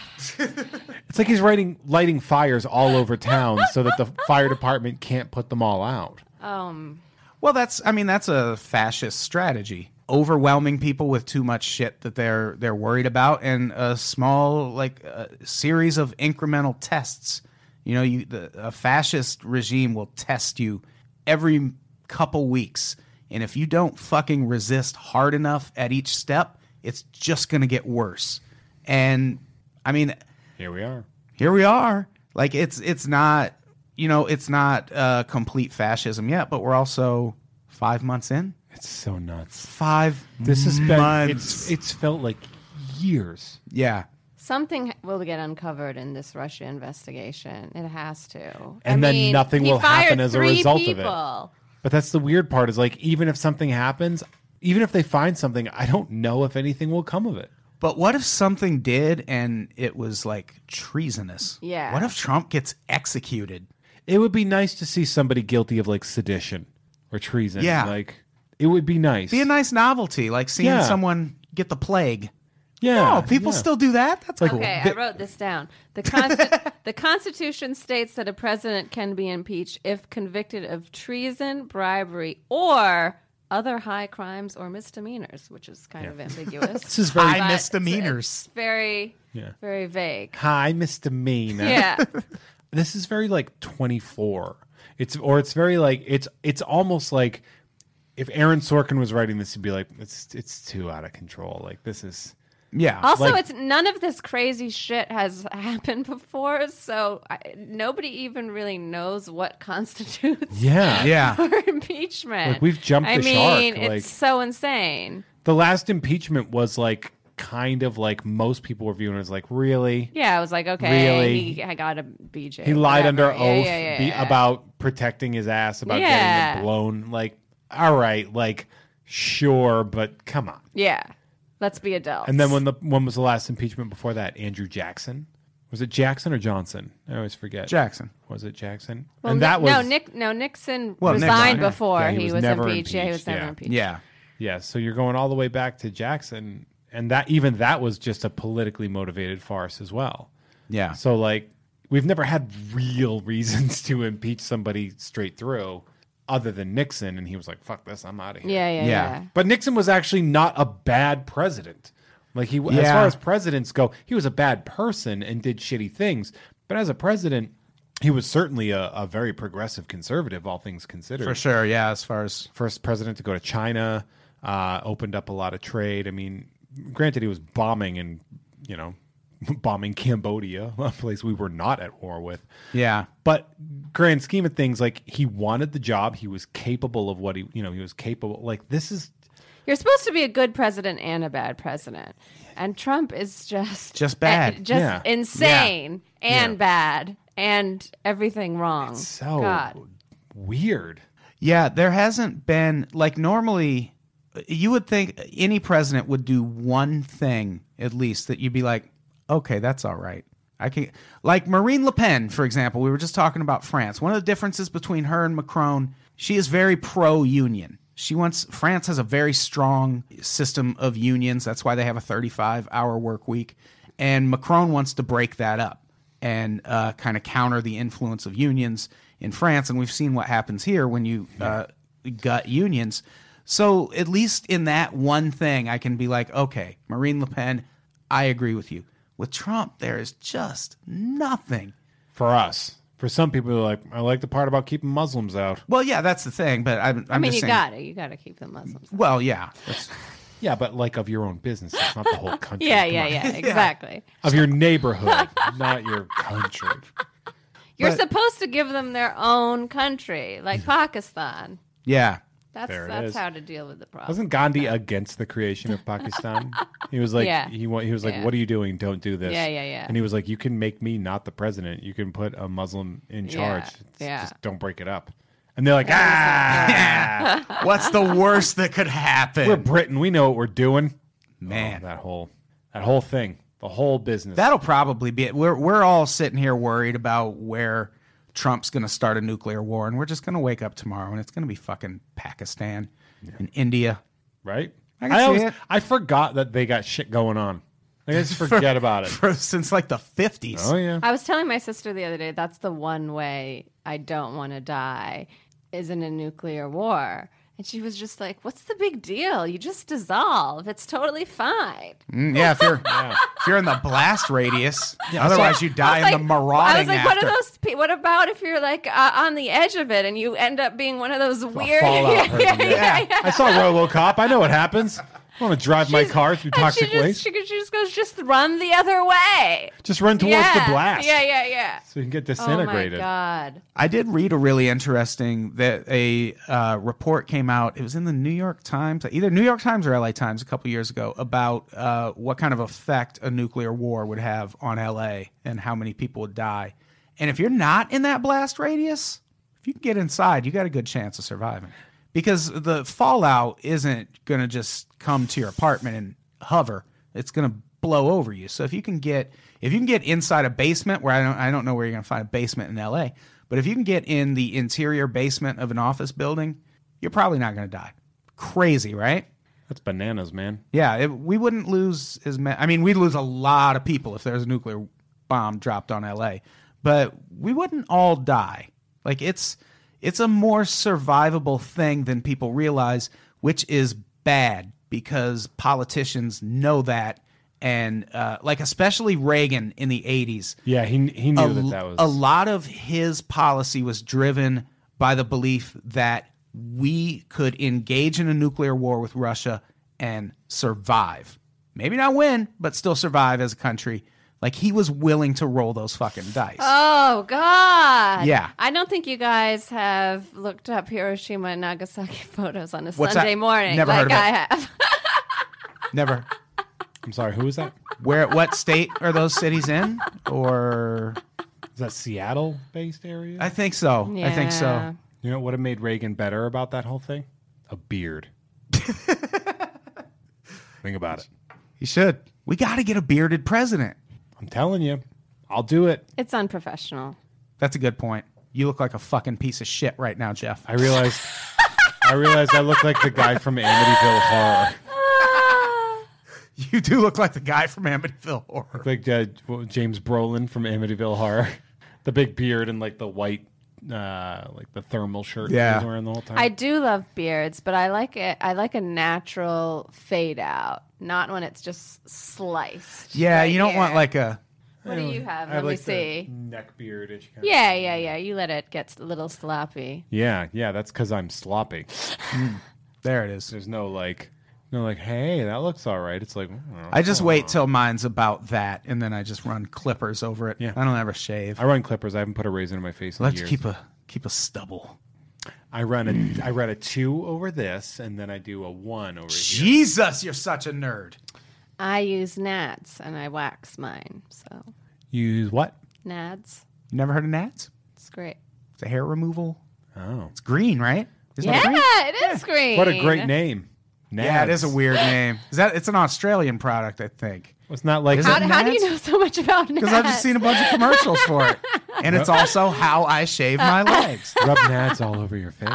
S3: it's like he's writing lighting fires all over town so that the fire department can't put them all out.
S4: Um,
S1: Well, that's I mean that's a fascist strategy. Overwhelming people with too much shit that they're they're worried about, and a small like uh, series of incremental tests. You know, you the, a fascist regime will test you every couple weeks, and if you don't fucking resist hard enough at each step, it's just gonna get worse. And I mean,
S3: Here we are.
S1: here we are. Like it's it's not you know it's not uh, complete fascism yet, but we're also five months in.
S3: It's so nuts.
S1: Five.
S3: This has been
S1: months.
S3: it's it's felt like years.
S1: yeah.
S4: something will get uncovered in this Russia investigation. It has to.
S3: And then nothing will happen as a result of it.
S4: of
S3: But that's the weird part is like even if something happens, even if they find something, I don't know if anything will come of it.
S1: But what if something did and it was like treasonous?
S4: Yeah.
S1: What if Trump gets executed?
S3: It would be nice to see somebody guilty of like sedition or treason.
S1: Yeah.
S3: Like it would be nice.
S1: Be a nice novelty, like seeing
S3: Yeah.
S1: someone get the plague.
S3: yeah.
S1: Oh, people
S3: yeah.
S1: still do that. That's like cool.
S4: Okay, I
S1: Th-
S4: wrote this down. The, Consti- the Constitution states that a president can be impeached if convicted of treason, bribery, or other high crimes or misdemeanors, which is kind of ambiguous.
S3: this is very
S1: high
S4: But it's-
S1: misdemeanors.
S4: It's very,
S3: Yeah.
S4: very vague.
S3: high misdemeanor.
S4: Yeah.
S3: this is very like 24 it's or it's very like it's it's almost like if aaron sorkin was writing this he'd be like it's it's too out of control like this is
S1: yeah.
S4: Also,
S3: Like-
S4: it's none of this crazy shit has happened before, so I, nobody even really knows what constitutes
S3: yeah
S1: yeah.
S4: for impeachment.
S3: Like, we've jumped
S4: I
S3: the shark,
S4: mean, it's
S3: like-
S4: so insane.
S3: the last impeachment was like kind of like most people were viewing it as like really
S4: Yeah, I was like, okay,
S3: Really?
S4: he, I got a BJ.
S3: he lied under
S4: whatever.
S3: oath
S4: Yeah, yeah, yeah,
S3: be-
S4: yeah.
S3: about protecting his ass about getting
S4: Yeah.
S3: it blown like all right like sure but come on
S4: Yeah, let's be adults.
S3: And then when the when was the last impeachment before that? Andrew Jackson. Was it Jackson or Johnson? I always forget.
S1: Jackson.
S3: Was it Jackson?
S4: Well,
S3: and
S4: Ni-
S3: that was
S4: no Nick. No Nixon
S1: Well, Nixon,
S4: resigned
S1: yeah.
S4: before
S3: Yeah, he
S4: he,
S3: was
S4: was,
S3: never
S4: impeached. Yeah, he was
S3: impeached,
S4: never
S3: yeah.
S4: impeached.
S1: Yeah.
S3: Yeah, so you're going all the way back to Jackson, and that even that was just a politically motivated farce as well.
S1: Yeah.
S3: So like we've never had real reasons to impeach somebody straight through, other than Nixon, and he was like, "Fuck this, I'm out of here."
S4: Yeah, yeah,
S1: Yeah.
S4: yeah.
S3: But Nixon was actually not a bad president. Like he, as
S1: Yeah.
S3: far as presidents go, he was a bad person and did shitty things. But as a president, he was certainly a, a very progressive conservative, all things considered.
S1: For sure. Yeah. As far as
S3: First president to go to China, uh, opened up a lot of trade. I mean, granted, he was bombing and you know, bombing Cambodia, a place we were not at war with.
S1: yeah.
S3: But grand scheme of things, like he wanted the job, he was capable of what he, you know, he was capable. Like this is
S4: You're supposed to be a good president and a bad president, and Trump is just
S1: Just bad.
S4: eh, just
S3: Yeah.
S4: insane and
S3: Yeah.
S4: bad and everything wrong.
S3: So
S4: God.
S3: weird.
S1: Yeah, there hasn't been like normally you would think any president would do one thing at least that you'd be like, "Okay, that's all right." I can like Marine Le Pen, for example, we were just talking about France. One of the differences between her and Macron, she is very pro-union. She wants France has a very strong system of unions. That's why they have a 35-hour work week, and Macron wants to break that up and uh, kind of counter the influence of unions in France. And we've seen what happens here when you uh, gut unions. So at least in that one thing, I can be like, okay, Marine Le Pen, I agree with you. With Trump, there is just nothing.
S3: for us. For some people, they're like, I like the part about keeping Muslims out.
S1: Well, yeah, that's the thing. But I'm, I'm
S4: I mean,
S1: just
S4: you
S1: saying.
S4: got it. You got to keep the Muslims.
S1: Well, yeah, that's-
S3: Yeah, but like of your own business, it's not the whole country.
S4: Yeah,
S3: Come
S4: yeah,
S3: on.
S4: yeah. Exactly.
S3: Of your neighborhood, not your country.
S4: You're
S1: But-
S4: supposed to give them their own country, like Pakistan.
S1: yeah.
S4: That's
S3: There it
S4: that's
S3: is.
S4: how to deal with the problem.
S3: Wasn't Gandhi against the creation of Pakistan? He was like,
S4: Yeah.
S3: he, wa- he was like,
S4: Yeah.
S3: what are you doing? Don't do this.
S4: Yeah, yeah, yeah.
S3: And he was like, you can make me not the president. You can put a Muslim in charge. It's
S4: yeah.
S3: Just don't break it up. And they're like, ah,
S1: What's the worst that could happen?
S3: we're Britain. We know what we're doing.
S1: Man.
S3: Oh, that whole, that whole thing, the whole business.
S1: That'll probably be it. We're we're all sitting here worried about where Trump's going to start a nuclear war, and we're just going to wake up tomorrow and it's going to be fucking Pakistan and India.
S3: right?
S1: I can see
S3: always,
S1: it.
S3: I forgot that they got shit going on. I just forget about it.
S1: For, since like the fifties.
S3: Oh yeah,
S4: I was telling my sister the other day that's the one way I don't want to die is in a nuclear war. And she was just like, What's the big deal? You just dissolve. It's totally fine.
S1: Mm, yeah, if you're if you're in the blast radius, otherwise you die in
S4: I was
S1: the
S4: like-
S1: marauding.
S4: I was like,
S1: after.
S4: what are those? pe- What about if you're like uh, on the edge of it and you end up being one of those weird?
S3: Fallout person, yeah.
S1: Yeah.
S3: I saw RoboCop. I know what happens. I want to drive my
S4: She's-
S3: car through
S4: and
S3: toxic
S4: she just,
S3: waste.
S4: She, she just goes, just run the other way.
S3: just run towards
S4: yeah.
S3: the blast.
S4: Yeah, yeah, yeah.
S3: So you can get
S4: Oh my
S3: disintegrated.
S4: god.
S1: I did read a really interesting that a uh, report came out. It was in the New York Times, either New York Times or LA Times, a couple years ago about uh, what kind of effect a nuclear war would have on LA and how many people would die. And if you're not in that blast radius, if you can get inside, you got a good chance of surviving because the fallout isn't going to just come to your apartment and hover. It's going to blow over you. So if you can get if you can get inside a basement where I don't I don't know where you're going to find a basement in LA, but if you can get in the interior basement of an office building, you're probably not going to die. Crazy, right?
S3: That's bananas, man.
S1: Yeah, it, we wouldn't lose as many. I mean, we'd lose a lot of people if there was a nuclear bomb dropped on LA, but we wouldn't all die. Like it's it's a more survivable thing than people realize, which is bad because politicians know that, and uh, like especially Reagan in the '80s,
S3: Yeah, he he knew that that was
S1: a lot of his policy was driven by the belief that we could engage in a nuclear war with Russia and survive. Maybe not win, but still survive as a country. Like he was willing to roll those fucking dice.
S4: Oh god.
S1: Yeah.
S4: I don't think you guys have looked up Hiroshima and Nagasaki photos on a
S1: What's that?
S4: Sunday morning
S1: Never heard
S4: like
S1: of
S4: I
S1: it.
S4: have.
S1: Never.
S3: I'm sorry, who was that?
S1: Where what state are those cities in? Or
S3: Is that Seattle based area?
S1: I think so. I think
S4: Yeah.
S1: so.
S3: you know what would have made Reagan better about that whole thing? A beard. Think about it.
S1: He should. We got to get a bearded president.
S3: I'm telling you, I'll do it.
S4: It's unprofessional.
S1: That's a good point. You look like a fucking piece of shit right now, Jeff.
S3: I realized I realized I look like the guy from Amityville Horror.
S1: You do look like the guy from Amityville Horror.
S3: Like uh, what- James Brolin from Amityville Horror. The big beard and like the white uh like the thermal shirt
S1: Yeah.
S3: he was wearing the
S1: Oh.
S3: whole time.
S4: I do love beards, but I like it. I like a natural fade out, not when it's just sliced.
S1: Yeah,
S4: right
S1: you don't want
S4: here.
S1: like a
S4: What
S1: Oh,
S4: do you have?
S3: I
S4: Let
S3: like
S4: me
S3: the
S4: see.
S3: neck beard and she kinda-
S4: Yeah, yeah, yeah. You let it get a little sloppy.
S3: Yeah, yeah, that's cuz I'm sloppy.
S1: There it is.
S3: There's no like no like hey, that looks all right. It's like mm,
S1: I just wait till mine's about that, and then I just run clippers over it.
S3: Yeah.
S1: I don't ever shave.
S3: I run clippers. I haven't put a razor in my face in
S1: Let's
S3: years.
S1: keep a keep a stubble.
S3: I run a I run a two over this, and then I do a one over here.
S1: Jesus, you're such a nerd.
S4: I use gnats and I wax mine. So
S3: You use what?
S4: nads,
S1: Never heard of Nats?
S4: it's great.
S1: It's a hair removal.
S3: Oh,
S1: It's green, right? Isn't it
S4: Yeah,
S1: green?
S4: it is green.
S3: what a great name!
S1: Yeah, it is a
S3: Nads.
S1: weird name. Is that? It's an Australian product, I think.
S3: It's not like
S4: How,
S1: it
S4: how do you
S1: nads?
S4: know so much about nads?
S1: Because I've just seen a bunch of commercials for it, and it's also how I shave my legs.
S3: rub nads all over your face.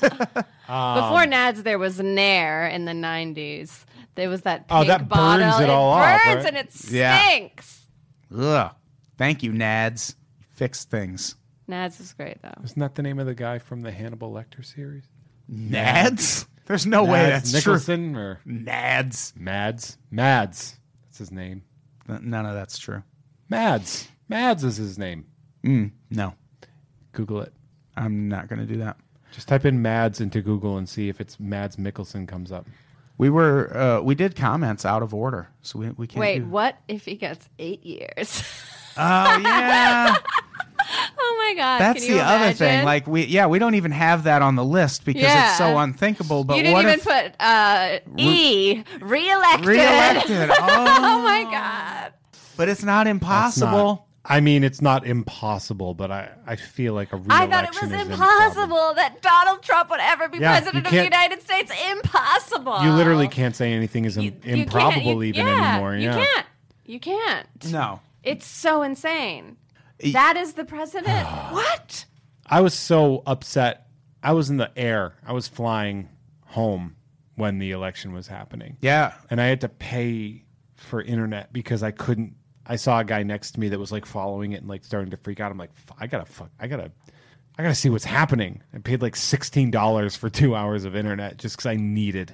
S4: Before
S3: Um,
S4: Nads, there was Nair in the '90s. There was that
S3: Oh,
S4: pink
S3: that burns
S4: bottle.
S3: it all off,
S4: burns
S3: right?
S4: and it
S1: Yeah.
S4: stinks.
S1: Ugh. Thank you, Nads. Fix things.
S4: Nads is great though.
S3: Isn't that the name of the guy from the Hannibal Lecter series?
S1: Nads? There's no way
S3: Mads
S1: that's true.
S3: Nicholson or
S1: Nads.
S3: Mads? Mads. That's his name.
S1: N- None of that's true.
S3: Mads. Mads is his name.
S1: No,
S3: Google it.
S1: I'm not going to do that.
S3: Just type in Mads into Google and see if it's Mads Mickelson comes up.
S1: We were uh, we did comments out of order, so we we can't.
S4: Wait,
S1: do-
S4: what if he gets eight years?
S1: Oh yeah,
S4: oh my god!
S1: that's
S4: can you
S1: the other
S4: imagine?
S1: thing. Like we yeah we don't even have that on the list because it's so
S4: Yeah.
S1: unthinkable. But
S4: you didn't
S1: what
S4: even
S1: if
S4: put uh, E reelected.
S1: reelected? oh,
S4: oh my god!
S1: but it's not
S3: It's not-
S1: impossible.
S3: I mean, it's not impossible, but I, I feel like a real
S4: I thought it was impossible that Donald Trump would ever be
S3: Yeah, you
S4: president of the
S3: can't-
S4: United States. Impossible.
S3: You literally can't say anything is im-
S4: You- you can't-
S3: improbable
S4: you-
S3: even
S4: yeah,
S3: anymore.
S4: You
S3: yeah.
S4: can't. You can't.
S1: No,
S4: It's so insane.
S1: E-
S4: That is the president.
S3: Ah,
S4: what?
S3: I was so upset. I was in the air. I was flying home when the election was happening.
S1: yeah,
S3: and I had to pay for internet because I couldn't. I saw a guy next to me that was like following it and like starting to freak out. I'm like, "F- I gotta fuck, I gotta, I gotta see what's happening. I paid like sixteen dollars for two hours of internet just because I needed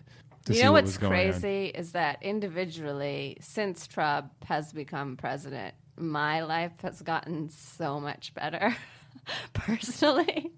S3: to
S4: You
S3: see
S4: know
S3: what
S4: what's
S3: was going on.
S4: crazy is that individually, since Trump has become president, my life has gotten so much better personally.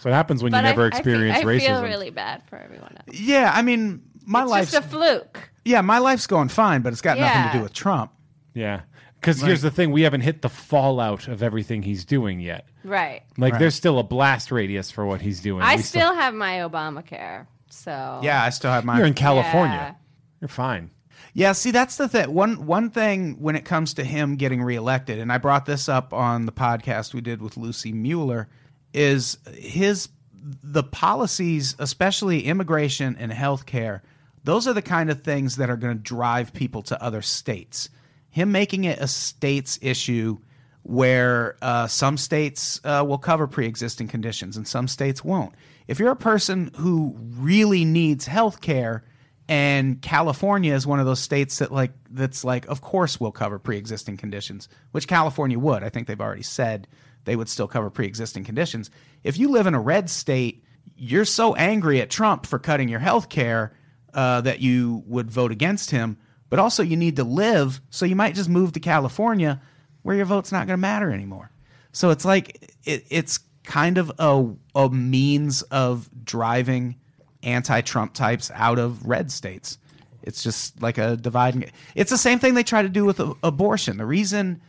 S3: So it happens when
S4: But
S3: you never
S4: I,
S3: experience
S4: I feel,
S3: racism.
S4: I feel really bad for everyone else.
S1: yeah. I mean, my
S4: It's
S1: life's
S4: just a fluke.
S1: yeah, my life's going fine, but it's got nothing to
S4: Yeah.
S1: do with Trump.
S3: yeah, because here's the thing: we haven't hit the fallout of everything he's doing yet.
S4: Right.
S3: Like,
S1: Right.
S3: there's still a blast radius for what he's doing.
S4: I
S3: We
S4: still have my Obamacare. So
S1: Yeah, I still have my.
S3: you're in California.
S4: Yeah.
S3: You're fine.
S1: Yeah, see, that's the thing. One one thing when it comes to him getting reelected, and I brought this up on the podcast we did with Lucy Mueller, is his the policies, especially immigration and healthcare. Those are the kind of things that are going to drive people to other states. Him making it a states issue where uh, some states uh, will cover pre-existing conditions and some states won't. If you're a person who really needs health care and California is one of those states that like that's like of course we'll cover pre-existing conditions, which California would. I think they've already said they would still cover pre-existing conditions. If you live in a red state, you're so angry at Trump for cutting your health care uh, that you would vote against him, but also you need to live, so you might just move to California where your vote's not going to matter anymore. So it's like it, it's kind of a a means of driving anti-Trump types out of red states. It's just like a dividing. It's the same thing they try to do with a, abortion. The reason,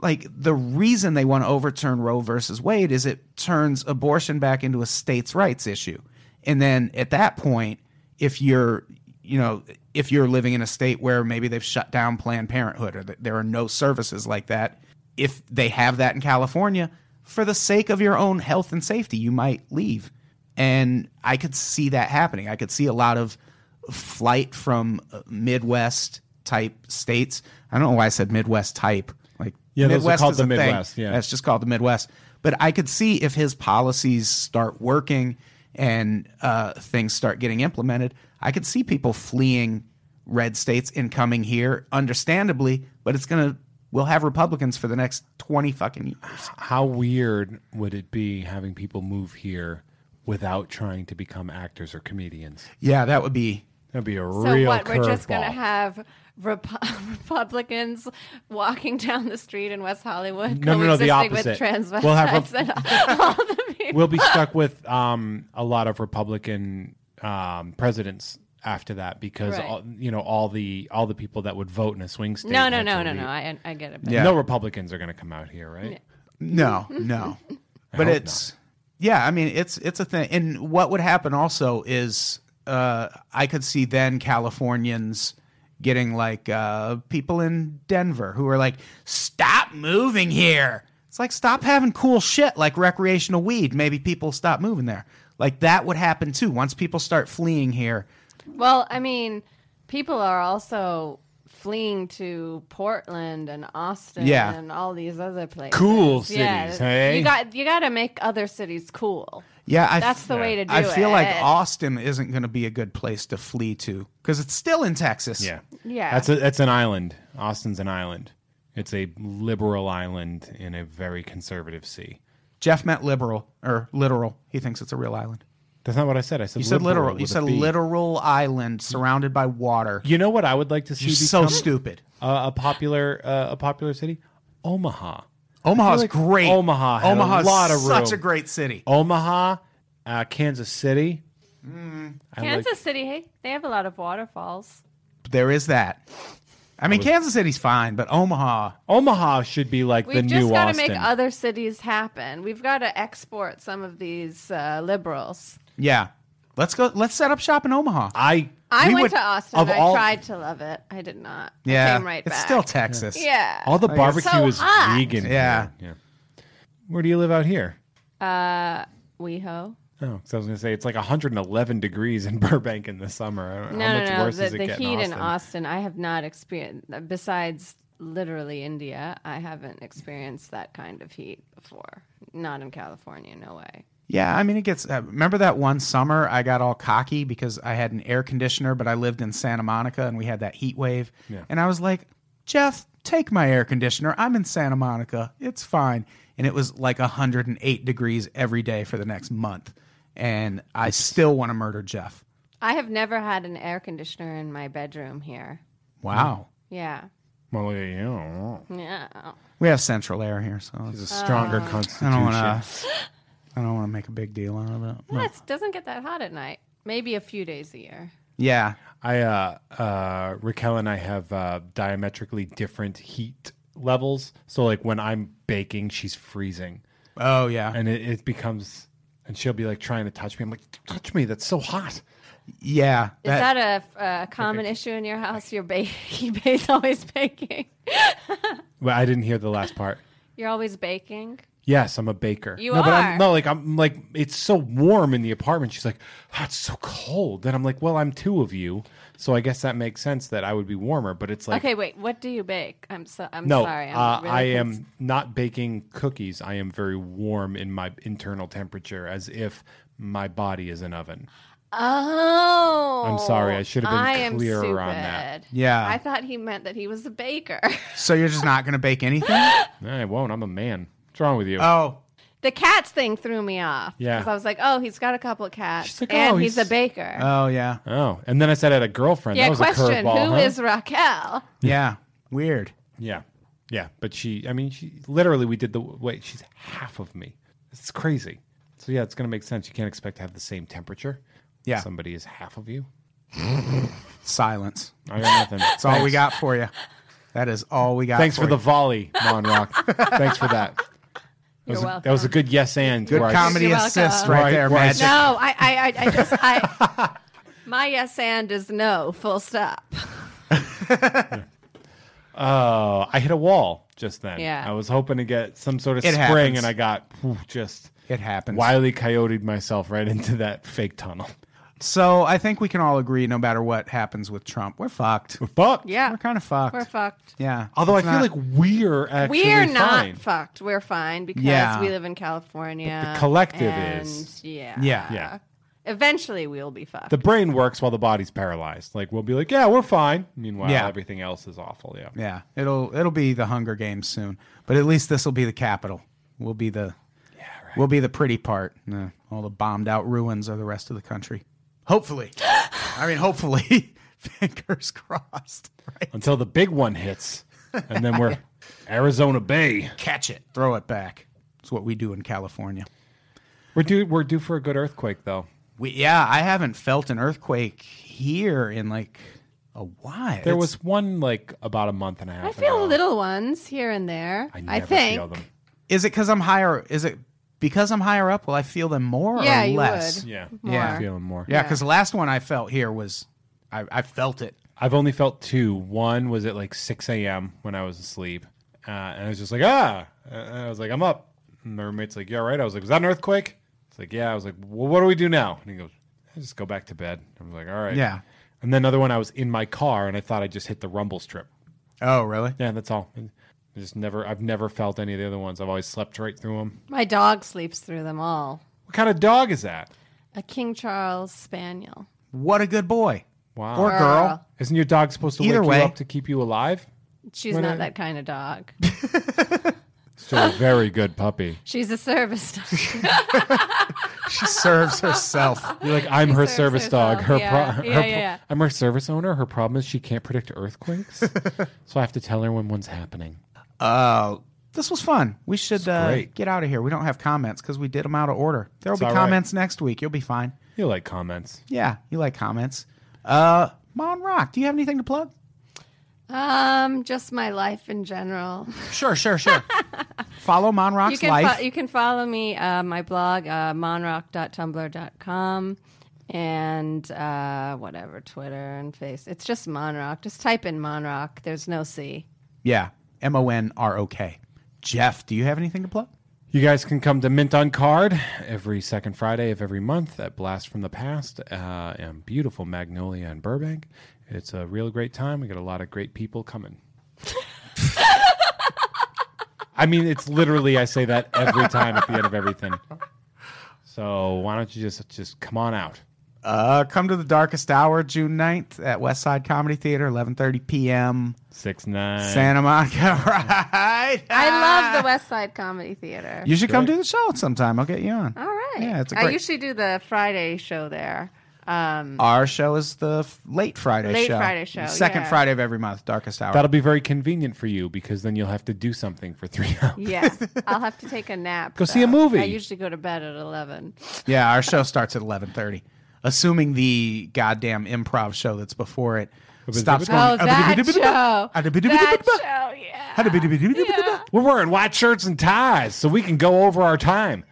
S1: like the reason they want to overturn Roe versus Wade is it turns abortion back into a states' rights issue, and then at that point, if you're you know if you're living in a state where maybe they've shut down planned parenthood or that there are no services like that if they have that in california for the sake of your own health and safety you might leave and i could see that happening i could see a lot of flight from uh, midwest type states i don't know why i said midwest type like
S3: Yeah, those are called
S1: is
S3: the
S1: a thing.
S3: Midwest, yeah.
S1: That's it's just called the Midwest. But I could see if his policies start working and uh, things start getting implemented, I could see people fleeing red states and coming here, understandably. But it's gonna we'll have Republicans for the next twenty fucking years.
S3: how weird would it be having people move here without trying to become actors or comedians?
S1: Yeah, that would be.
S3: That'd be a
S4: So
S3: real
S4: what? We're just
S3: curveball.
S4: gonna have Repu- Republicans walking down the street in West Hollywood,
S3: No, no, no, the
S4: coexisting
S3: opposite.
S4: with transvestites
S3: We'll have
S4: and all the people.
S3: We'll be stuck with um, a lot of Republican um, presidents after that because
S4: Right.
S3: all, you know all the all the people that would vote in a swing state.
S4: no, no,
S3: had
S4: no,
S3: to
S4: no, no.
S3: leave.
S4: I, I get it. but-
S1: Yeah.
S3: No Republicans are going to come out here, right?
S1: No, no. but
S3: hope
S1: it's yeah, I mean it's it's a thing. And what would happen also is uh, I could see then Californians getting like uh, people in Denver who are like, "Stop moving here." It's like stop having cool shit like recreational weed. Maybe people stop moving there. Like that would happen too once people start fleeing here.
S4: Well, I mean, people are also fleeing to Portland and Austin
S1: Yeah.
S4: and all these other places.
S3: Cool cities, hey?
S4: You got you got to make other cities cool.
S1: Yeah, I,
S4: That's the way to do
S1: I feel like
S4: it.
S1: Austin isn't going to be a good place to flee to because it's still in Texas.
S3: Yeah.
S4: Yeah.
S3: That's a, that's an island. Austin's an island. It's a liberal island in a very conservative sea.
S1: Jeff meant liberal or literal. He thinks it's a real island.
S3: That's not what I said. I said
S1: You said literal.
S3: with
S1: You
S3: a
S1: said
S3: B.
S1: literal island surrounded by water.
S3: You know what I would like to see
S1: You're so
S3: become
S1: stupid.
S3: a, a popular uh, a popular city? Omaha.
S1: Omaha's
S3: I feel like
S1: great.
S3: Omaha had a
S1: Omaha's
S3: lot of
S1: such
S3: room.
S1: a great city.
S3: Omaha, uh, Kansas City. I like-
S4: Mm. Kansas City, hey, they have a lot of waterfalls.
S1: There is that. I mean, Kansas City's fine, but Omaha.
S3: Omaha should be like the
S4: We've
S3: new
S4: just got to
S3: Austin.
S4: make other cities happen. We've got to export some of these uh, liberals.
S1: Yeah, let's go. Let's set up shop in Omaha.
S3: I
S4: I
S3: we
S4: went
S3: would-
S4: to Austin.
S3: of
S4: I
S3: all-
S4: tried to love it. I did not. I
S1: Yeah,
S4: came right
S1: it's
S4: back.
S1: still Texas.
S4: yeah.
S3: All the
S1: Like, it's
S3: barbecue
S4: so
S3: is
S4: hot.
S3: vegan. here.
S1: Yeah.
S3: yeah. Where do you live out here?
S4: Uh,
S3: Oh,
S4: WeHo.
S3: because I was going to say it's like 111 degrees in Burbank in the summer. I don't-
S4: No,
S3: How
S4: no,
S3: much
S4: no.
S3: worse
S4: The,
S3: does it
S4: the
S3: get
S4: heat
S3: in Austin?
S4: I have not experienced. Besides, literally India, I haven't experienced that kind of heat before. Not in California, no way.
S1: Yeah, I mean, it gets. Uh, remember that one summer I got all cocky because I had an air conditioner, but I lived in Santa Monica and we had that heat wave. And I was like, Jeff, take my air conditioner. I'm in Santa Monica. It's fine. And it was like 108 degrees every day for the next month. And I still want to murder Jeff.
S4: I have never had an air conditioner in my bedroom here.
S1: Wow.
S4: Yeah,
S3: Well, yeah, you know,
S4: yeah.
S3: Hmm.
S1: We have central air here, so
S3: it's
S1: it's-
S3: a stronger
S4: Uh,
S1: I
S3: constitution.
S1: don't want to. I don't want to make a big deal out of it. but-
S4: Yeah, It doesn't get that hot at night. Maybe a few days a year.
S1: yeah,
S3: I uh, uh, Raquel and I have uh, diametrically different heat levels. So like when I'm baking, she's freezing,
S1: oh yeah,
S3: and it, it becomes, and she'll be like trying to touch me. I'm like, touch me, that's so hot.
S1: yeah.
S4: Is that, a, a common issue in your house? Your ba- your bae's always baking.
S3: But I didn't hear the last part.
S4: You're always baking.
S3: Yes, I'm a baker.
S4: You
S3: no, But I'm,
S4: are.
S3: no, like I'm like it's so warm in the apartment. She's like, "Ah, it's so cold. Then I'm like, well, I'm two of you, so I guess that makes sense that I would be warmer. But it's like,
S4: okay, wait. What do you bake? I'm so. I'm
S3: no,
S4: sorry. I'm
S3: uh,
S4: really
S3: I
S4: confused.
S3: am not baking cookies. I am very warm in my internal temperature, as if my body is an oven.
S4: Oh.
S3: I'm sorry, I should have been
S4: I am
S3: clearer on that.
S4: stupid.
S1: Yeah.
S4: I thought he meant that he was a baker.
S1: so you're just not going to bake anything?
S3: No, I won't. I'm a man. What's wrong with you?
S1: Oh,
S4: the cats thing threw me off.
S3: Yeah.
S4: Because I was like, oh, he's got a couple of cats.
S3: She's like,
S4: and
S3: oh,
S4: he's,
S3: he's-
S4: a baker.
S1: oh yeah.
S3: oh, and then I said I had a girlfriend.
S4: yeah,
S3: that was a
S4: question. Who
S3: curveball.
S4: is
S3: huh?
S4: Raquel?
S1: Yeah. Weird.
S3: Yeah. Yeah. But she, I mean, she literally, we did the wait, she's half of me. It's crazy. So, yeah, it's going to make sense. You can't expect to have the same temperature.
S1: Yeah.
S3: Somebody is half of you.
S1: Silence.
S3: I got nothing.
S1: That's all we got for you. That is all we got.
S3: Thanks for
S1: you.
S3: the volley, Monrock. Thanks for that. That
S4: You're
S3: was, a,
S4: welcome.
S3: that was a good yes and.
S1: good
S3: where I-
S1: comedy
S4: You're welcome.
S1: assist right,
S3: Right,
S1: there,
S3: right.
S1: magic.
S4: no, I, I, I, I just, I. My yes and is no, full stop.
S3: Oh, I hit a wall just then.
S4: Yeah.
S3: I was hoping to get some sort of
S1: It
S3: spring,
S1: happens.
S3: and I got whew, just
S1: It happens.
S3: wily coyoted myself right into that fake tunnel.
S1: So I think we can all agree, no matter what happens with Trump, we're fucked.
S3: Fuck.
S4: Yeah.
S1: We're kind of fucked.
S4: We're fucked.
S1: Yeah.
S3: Although
S1: It's
S3: I feel
S1: not-
S3: like we're actually
S4: We're not
S3: fine.
S4: fucked. We're fine because
S1: Yeah.
S4: we live in California.
S3: But the collective
S4: and
S3: is.
S4: Yeah.
S1: Yeah.
S3: Yeah.
S4: Eventually we'll be fucked.
S3: the brain works while the body's paralyzed. Like we'll be like, yeah, we're fine. Meanwhile,
S1: Yeah.
S3: everything else is awful. Yeah.
S1: Yeah. It'll it'll be the Hunger Games soon, but at least this will be the capital. We'll be the. Yeah, right. We'll be the pretty part. Nah, all the bombed out ruins of the rest of the country. Hopefully. I mean, hopefully. Fingers crossed. Right.
S3: Until the big one hits, and then we're Arizona Bay.
S1: Catch it. Throw it back. It's what we do in California.
S3: We're due. We're due for a good earthquake, though.
S1: We, yeah, I haven't felt an earthquake here in like a while.
S3: There
S1: It's-
S3: was one like about a month and a half.
S4: I feel
S3: ago.
S4: little ones here and there. I,
S3: never
S4: think.
S3: feel them.
S1: Is it because I'm higher? Is it Because I'm higher up, will I feel them more
S4: yeah,
S1: or
S4: you
S1: less?
S4: would.
S3: Yeah.
S4: More.
S1: Yeah.
S3: Feeling more.
S1: Yeah,
S4: Yeah.
S1: because the last one I felt here was, I, I felt it.
S3: I've only felt two. One was at like 6 a.m. when I was asleep. Uh, and I was just like, ah. And I was like, I'm up. And my roommate's like, you all right? I was like, was that an earthquake? It's like, yeah. I was like, well, what do we do now? And he goes, I just go back to bed. I was like, all right.
S1: Yeah.
S3: And then another one, I was in my car and I thought I just hit the rumble strip.
S1: Oh, really?
S3: Yeah, that's all. I just never, I've never felt any of the other ones. I've always slept right through them.
S4: My dog sleeps through them all.
S3: What kind of dog is that?
S4: A King Charles Spaniel.
S1: What a good boy.
S3: Wow.
S1: Or girl.
S3: Isn't your dog supposed to
S1: Either
S3: wake
S1: way.
S3: you up to keep you alive?
S4: She's
S3: What
S4: not
S3: a-
S4: that kind of dog.
S3: Still a very good puppy.
S4: She's a service dog.
S1: She serves herself.
S3: You're like, I'm her
S4: serves
S3: service dog. Her, pro-
S4: herself. Yeah.
S3: her
S4: Yeah,
S3: pro-
S4: yeah, yeah.
S3: I'm her service owner. Her problem is she can't predict earthquakes, so I have to tell her when one's happening.
S1: Uh, this was fun. We should uh,
S3: great.
S1: get out of here. We don't have comments because we did them out of order. There will
S3: It's
S1: be
S3: all right.
S1: comments next week. You'll be fine.
S3: You like comments?
S1: Yeah, you like comments. Uh, Mon Rock, do you have anything to plug?
S4: um, just my life in general.
S1: Sure, sure, sure. Follow Mon
S4: you
S1: Rock's
S4: can
S1: life.
S4: fo- you can follow me uh, my blog uh, monrock.tumblr.com and uh, whatever Twitter and face. It's just monrock. Just type in monrock. There's no C.
S1: yeah, M O N R O K. Jeff, do you have anything to plug?
S3: You guys can come to Mint on Card every second Friday of every month at Blast from the Past uh, in beautiful Magnolia and Burbank. It's a real great time. We got a lot of great people coming. I mean, it's literally I say that every time at the end of everything. So why don't you just just come on out?
S1: Uh, come to the darkest hour, June 9th at Westside Comedy Theater, 11:30 p.m.
S3: Six nine.
S1: Santa Monica, right?
S4: I love the West Side Comedy Theater.
S1: You should come do the show sometime. I'll get you on.
S4: All right.
S1: Yeah, it's a
S4: I
S1: great-
S4: usually do the Friday show there. Um,
S1: Our show is the f- late Friday
S4: Late
S1: show.
S4: Friday show,
S1: Second
S4: yeah.
S1: Friday of every month, darkest hour.
S3: That'll be very convenient for you because then you'll have to do something for three hours.
S4: yeah, I'll have to take a nap.
S3: Go see a
S4: though.
S3: movie.
S4: I usually go to bed at eleven.
S1: yeah, our show starts at 11:30. Assuming the goddamn improv show that's before it stops going.
S4: Oh, that show. That show. Yeah.
S3: We're wearing white shirts and ties so we can go over our time.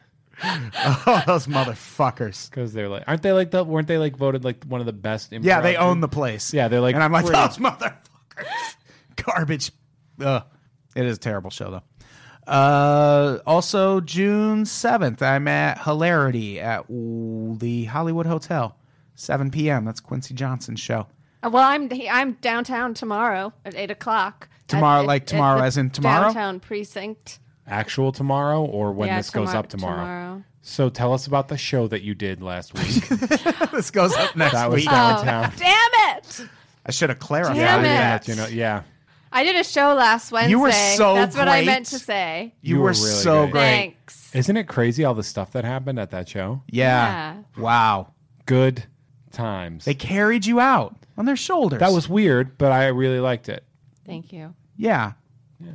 S1: Oh, those motherfuckers.
S3: Because they're like, aren't they like the? Weren't they like voted like one of the best? Improv
S1: Yeah, they own
S3: group?
S1: the place.
S3: Yeah, they're like,
S1: and I'm like,
S3: "We're gonna-"
S1: those motherfuckers, garbage. Ugh. It is a terrible show though. Uh, also June seventh, I'm at Hilarity at ooh, the Hollywood Hotel, 7 p.m. That's Quincy Johnson's show.
S4: Uh, Well, I'm he- I'm downtown tomorrow at eight o'clock. At-
S1: Tomorrow,
S4: at-
S1: like
S4: at
S1: tomorrow
S4: the
S1: as in tomorrow?
S4: Downtown precinct.
S3: actual tomorrow or when
S4: Yeah,
S3: this goes
S4: tomorrow-
S3: up tomorrow.
S4: tomorrow.
S3: So tell us about the show that you did last week.
S1: this goes up next
S3: that was
S1: week.
S3: downtown.
S4: Damn it!
S1: I should have clarified
S4: Oh, Damn it.
S1: that.
S3: You know, yeah.
S4: I did a show last Wednesday.
S1: were so
S4: That's what I
S1: great.
S4: meant to say.
S1: You,
S3: You
S1: were,
S3: were really
S1: so
S3: good.
S1: great.
S4: Thanks.
S3: Isn't it crazy all the stuff that happened at that show?
S1: Yeah. Wow.
S3: Good times.
S1: They carried you out on their shoulders.
S3: that was weird, but I really liked it.
S4: Thank you.
S1: yeah.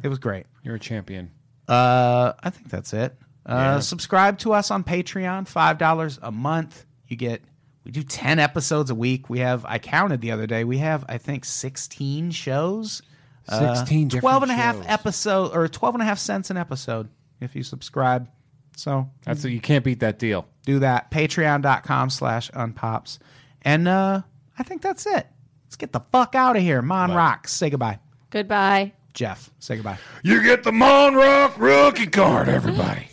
S1: It was great.
S3: You're a champion.
S1: Uh, I think that's it. Uh, subscribe to us on Patreon, five dollars a month. You get we do ten episodes a week. We have I counted the other day. We have I think sixteen shows.
S3: 16 different
S1: 12 Uh, and a half
S3: shows.
S1: episode or 12 and a half cents an episode if you subscribe. So
S3: That's you can't beat that deal.
S1: do that. Patreon.com slash unpops. And uh I think that's it. Let's get the fuck out of here. Mon Rock, say goodbye.
S4: Goodbye.
S1: Jeff, say goodbye.
S3: You get the Monrock rookie card, everybody.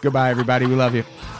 S1: goodbye, everybody. We love you.